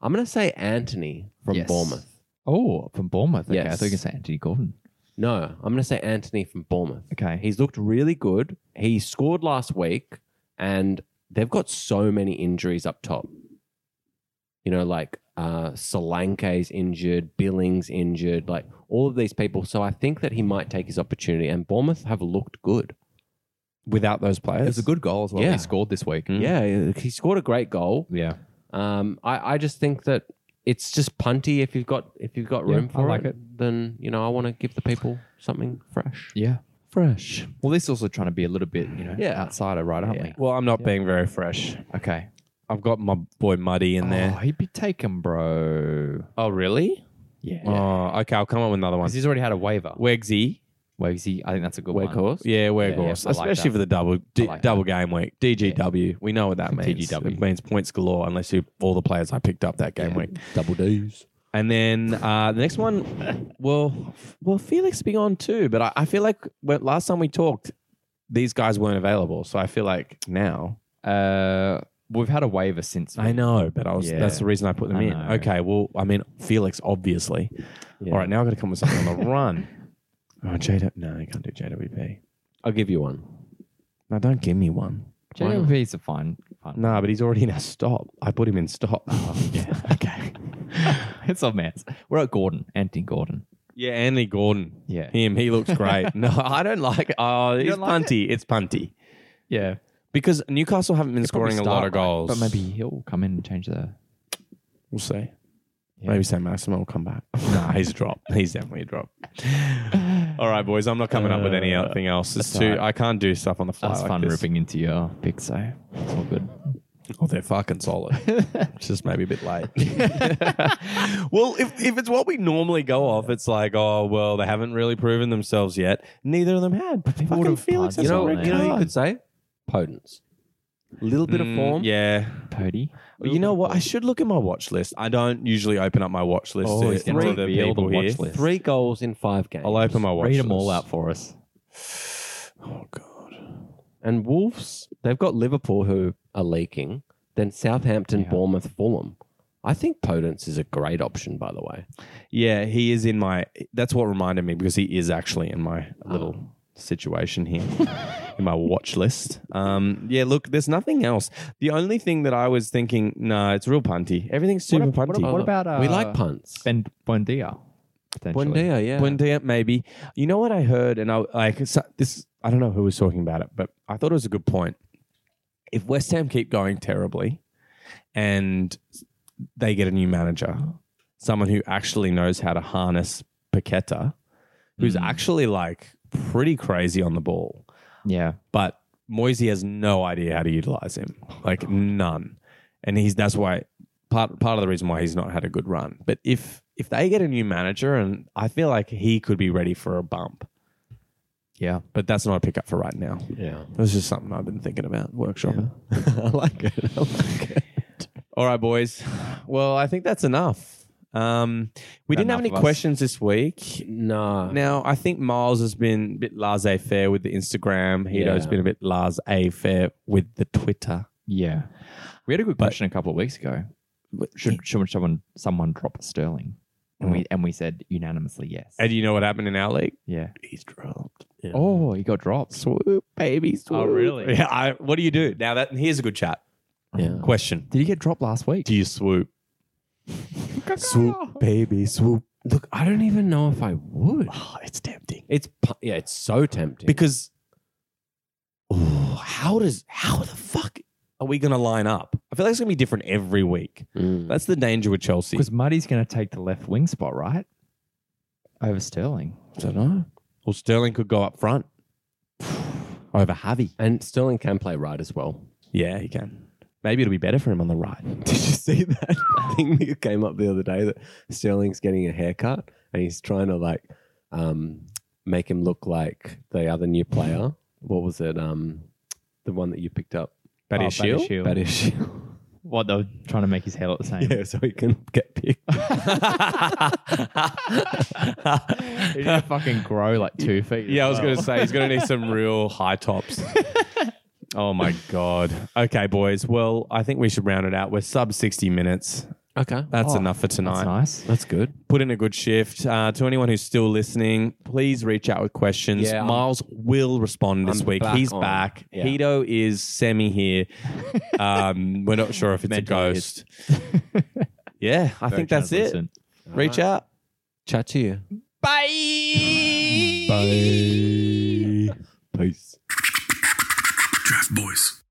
S3: I'm going to say Anthony from
S4: Yes.
S3: Bournemouth.
S4: oh, from Bournemouth. Okay. I
S3: Yes.
S4: thought you were going to say Anthony Gordon.
S3: No, I'm going to say Anthony from Bournemouth.
S4: Okay.
S3: He's looked really good. He scored last week, and they've got so many injuries up top. You know, like uh, Solanke's injured, Billings injured, like all of these people. So I think that he might take his opportunity. And Bournemouth have looked good.
S2: without those players.
S4: It's a good goal as well.
S3: Yeah.
S4: He scored this week.
S2: Mm.
S3: Yeah, he scored a great goal.
S4: Yeah.
S3: Um, I, I just think that it's just punty if you've got if you've got
S4: Yeah,
S3: room
S4: I
S3: for
S4: like
S3: it, Then you know I want to give the people something fresh.
S4: Yeah.
S3: Fresh.
S4: Well, this is also trying to be a little bit, you know,
S3: Yeah.
S4: outsider, right? Aren't
S3: Yeah.
S2: Well, I'm not being very fresh.
S4: we? Okay.
S2: I've got my boy Muddy in
S4: Oh,
S2: there.
S4: he'd be taken, bro.
S2: Oh, really?
S4: Yeah.
S2: Oh, okay. I'll come up with another one.
S4: Because he's already had a waiver.
S2: Wegsy.
S4: Wavesy, I think that's a good
S3: Wake
S4: one.
S3: horse.
S2: Yeah, we're
S4: Yeah, yeah,
S2: gorse.
S4: I like
S2: Especially
S4: that.
S2: for the double D,
S4: like that.
S2: double game week. DGW. We know what *laughs* that means.
S4: DGW.
S2: It means points galore unless you all the players I picked up that game week.
S3: Double D's.
S2: And then uh, the next *laughs* one, well, well, Felix be on too, but I, I feel like when, last time we talked, these guys weren't available. So I feel like now
S4: Uh, we've had a waiver since.
S2: I know, but I was
S4: Yeah.
S2: that's the reason I put them
S4: I
S2: in.
S4: know.
S2: Okay, well, I mean Felix, obviously.
S3: Yeah.
S2: All right, now I've got to come with something on the run. *laughs* Oh, JW, no, you can't do JWP.
S3: I'll give you one.
S2: No, don't give me one.
S4: JWP's a fine. fine.
S2: No, but he's already in a stop. I put him in stop.
S4: Oh, yeah. Okay. *laughs* it's on Mance. We're at Gordon, Anthony Gordon.
S2: *laughs* yeah, Anthony Gordon.
S4: Yeah.
S2: Him, he looks great. *laughs* no, I don't like oh, it's
S4: don't like
S2: punty. It's punty.
S4: Yeah.
S2: Because Newcastle haven't been scoring a lot of goals.
S4: But maybe he'll come in and change the.
S2: We'll see.
S4: Yeah.
S2: Maybe Sam Maximin will come back. *laughs* nah, he's a drop. He's definitely a
S4: *laughs*
S2: drop. All right, boys. I'm not coming up with
S4: Uh,
S2: anything else. It's
S4: that's
S2: too.
S4: all right.
S2: I can't do stuff on the fly.
S4: That's
S2: like
S4: fun
S2: this.
S4: ripping into your pick, so it's all good.
S2: Oh, they're fucking solid. *laughs* it's just maybe a bit late. *laughs* well, if, if it's what we normally go off, it's like, oh, well, they haven't really proven themselves yet. Neither of them had. But
S4: would have
S2: Felix
S4: plugged
S2: has
S3: you know,
S2: a red
S4: it, man.
S3: you know who you
S2: card.
S3: could say? Potence. Little bit of
S2: Mm,
S3: form.
S2: Yeah.
S4: Pody.
S2: You know what? I should look at my watch list. I don't usually open up my watch list
S4: Oh,
S2: to,
S4: he's
S2: to
S4: gonna
S2: the
S4: reveal the
S2: people
S4: watch
S2: here.
S4: list.
S3: Three goals in five games.
S2: I'll open my watch
S4: Read
S2: list.
S4: them all out for us.
S2: Oh, God.
S3: And Wolves, they've got Liverpool who are leaking, then Southampton,
S4: Yeah.
S3: Bournemouth, Fulham. I think Potence is a great option, by the way.
S2: Yeah, he is in my. That's what reminded me because he is actually in my little
S4: Oh.
S2: situation here *laughs* in my watch list. Um, yeah, look, there's nothing else. The only thing that I was thinking, no, it's real punty. Everything's super
S4: ab-
S2: punty.
S4: What about, uh,
S3: we like punts?
S4: Ben Buendia, potentially.
S3: Buendia, yeah.
S2: Buendia, maybe. You know what I heard, and I like so- this. I don't know who was talking about it, but I thought it was a good point. If West Ham keep going terribly, and they get a new manager, someone who actually knows how to harness Paqueta, who's actually like pretty crazy on the ball,
S4: Yeah.
S2: but Moisey has no idea how to utilize him, like none, and he's that's why part part of the reason why he's not had a good run. But if if they get a new manager, and I feel like he could be ready for a bump,
S4: Yeah.
S2: but that's not a pickup for right now.
S3: *laughs* Yeah.
S2: It was just something I've been thinking about workshopping.
S3: I like it. I like it.
S2: All right, boys. Well, I think that's enough. Um, we didn't have
S4: Enough
S2: any
S4: of us.
S2: questions this week.
S3: No.
S2: Now, I think Miles has been a bit laissez faire with the Instagram. Hito's
S3: Yeah.
S2: been a bit laissez faire with the Twitter.
S4: Yeah. We had a good
S2: But-
S4: question a couple of weeks ago. Should, should someone someone drop Sterling? And we and we said unanimously yes.
S2: Mm. And you know what happened in our league?
S4: yeah.
S2: He's dropped.
S4: Oh, he got dropped.
S2: Swoop, baby, swoop.
S4: really?
S2: Yeah. I, what do you do now? That here's a good chat
S3: Yeah.
S2: question.
S4: Did he get dropped last week?
S2: Do you swoop? swoop, baby, swoop.
S3: Look, I don't even know if I would.
S2: Oh, it's tempting
S3: It's pu- yeah, it's so tempting.
S2: because Ooh, how does how the fuck are we gonna line up? I feel like it's gonna be different every week.
S3: Mm.
S2: That's the danger with Chelsea.
S4: Because Muddy's going to take the left wing spot, right? Over Sterling.
S2: I don't know. Well, Sterling could go up front *sighs* over Javi.
S3: and Sterling can play right as well.
S2: Yeah, he can. Maybe it'll be better for him on the *laughs* right.
S3: *laughs* Did you see that thing that came up the other day that Sterling's getting a haircut and he's trying to like um, make him look like the other new player? What was it? Um, the one that you picked up,
S2: Better
S4: Oh,
S2: shield.
S4: Shield.
S3: Badish.
S4: What they were trying to make his hair look the same.
S3: *laughs* Yeah, so he can get picked.
S4: He's gonna fucking grow like two feet.
S2: Yeah, I was going
S4: going
S2: to say he's going to need some real high
S3: *laughs*
S2: tops. oh my god. Okay, boys. Well, I think we should round it out. We're sub sixty minutes.
S3: Okay.
S2: That's
S4: Oh,
S2: enough for
S4: That's
S2: tonight.
S4: nice.
S3: That's good.
S2: Put in a good shift. Uh, to anyone who's still listening, please reach out with questions.
S3: Yeah, I'm-
S2: Miles will respond this
S3: I'm
S2: week.
S3: back
S2: He's
S3: on.
S2: back.
S3: Yeah.
S2: Hito is semi
S3: *laughs*
S2: here. um, we're not sure if it's a
S3: Mentally,
S2: ghost. *laughs* yeah, I think that's it. Reach out.
S3: Chat to you.
S4: Bye.
S3: Bye. Peace.
S1: Draft Boys.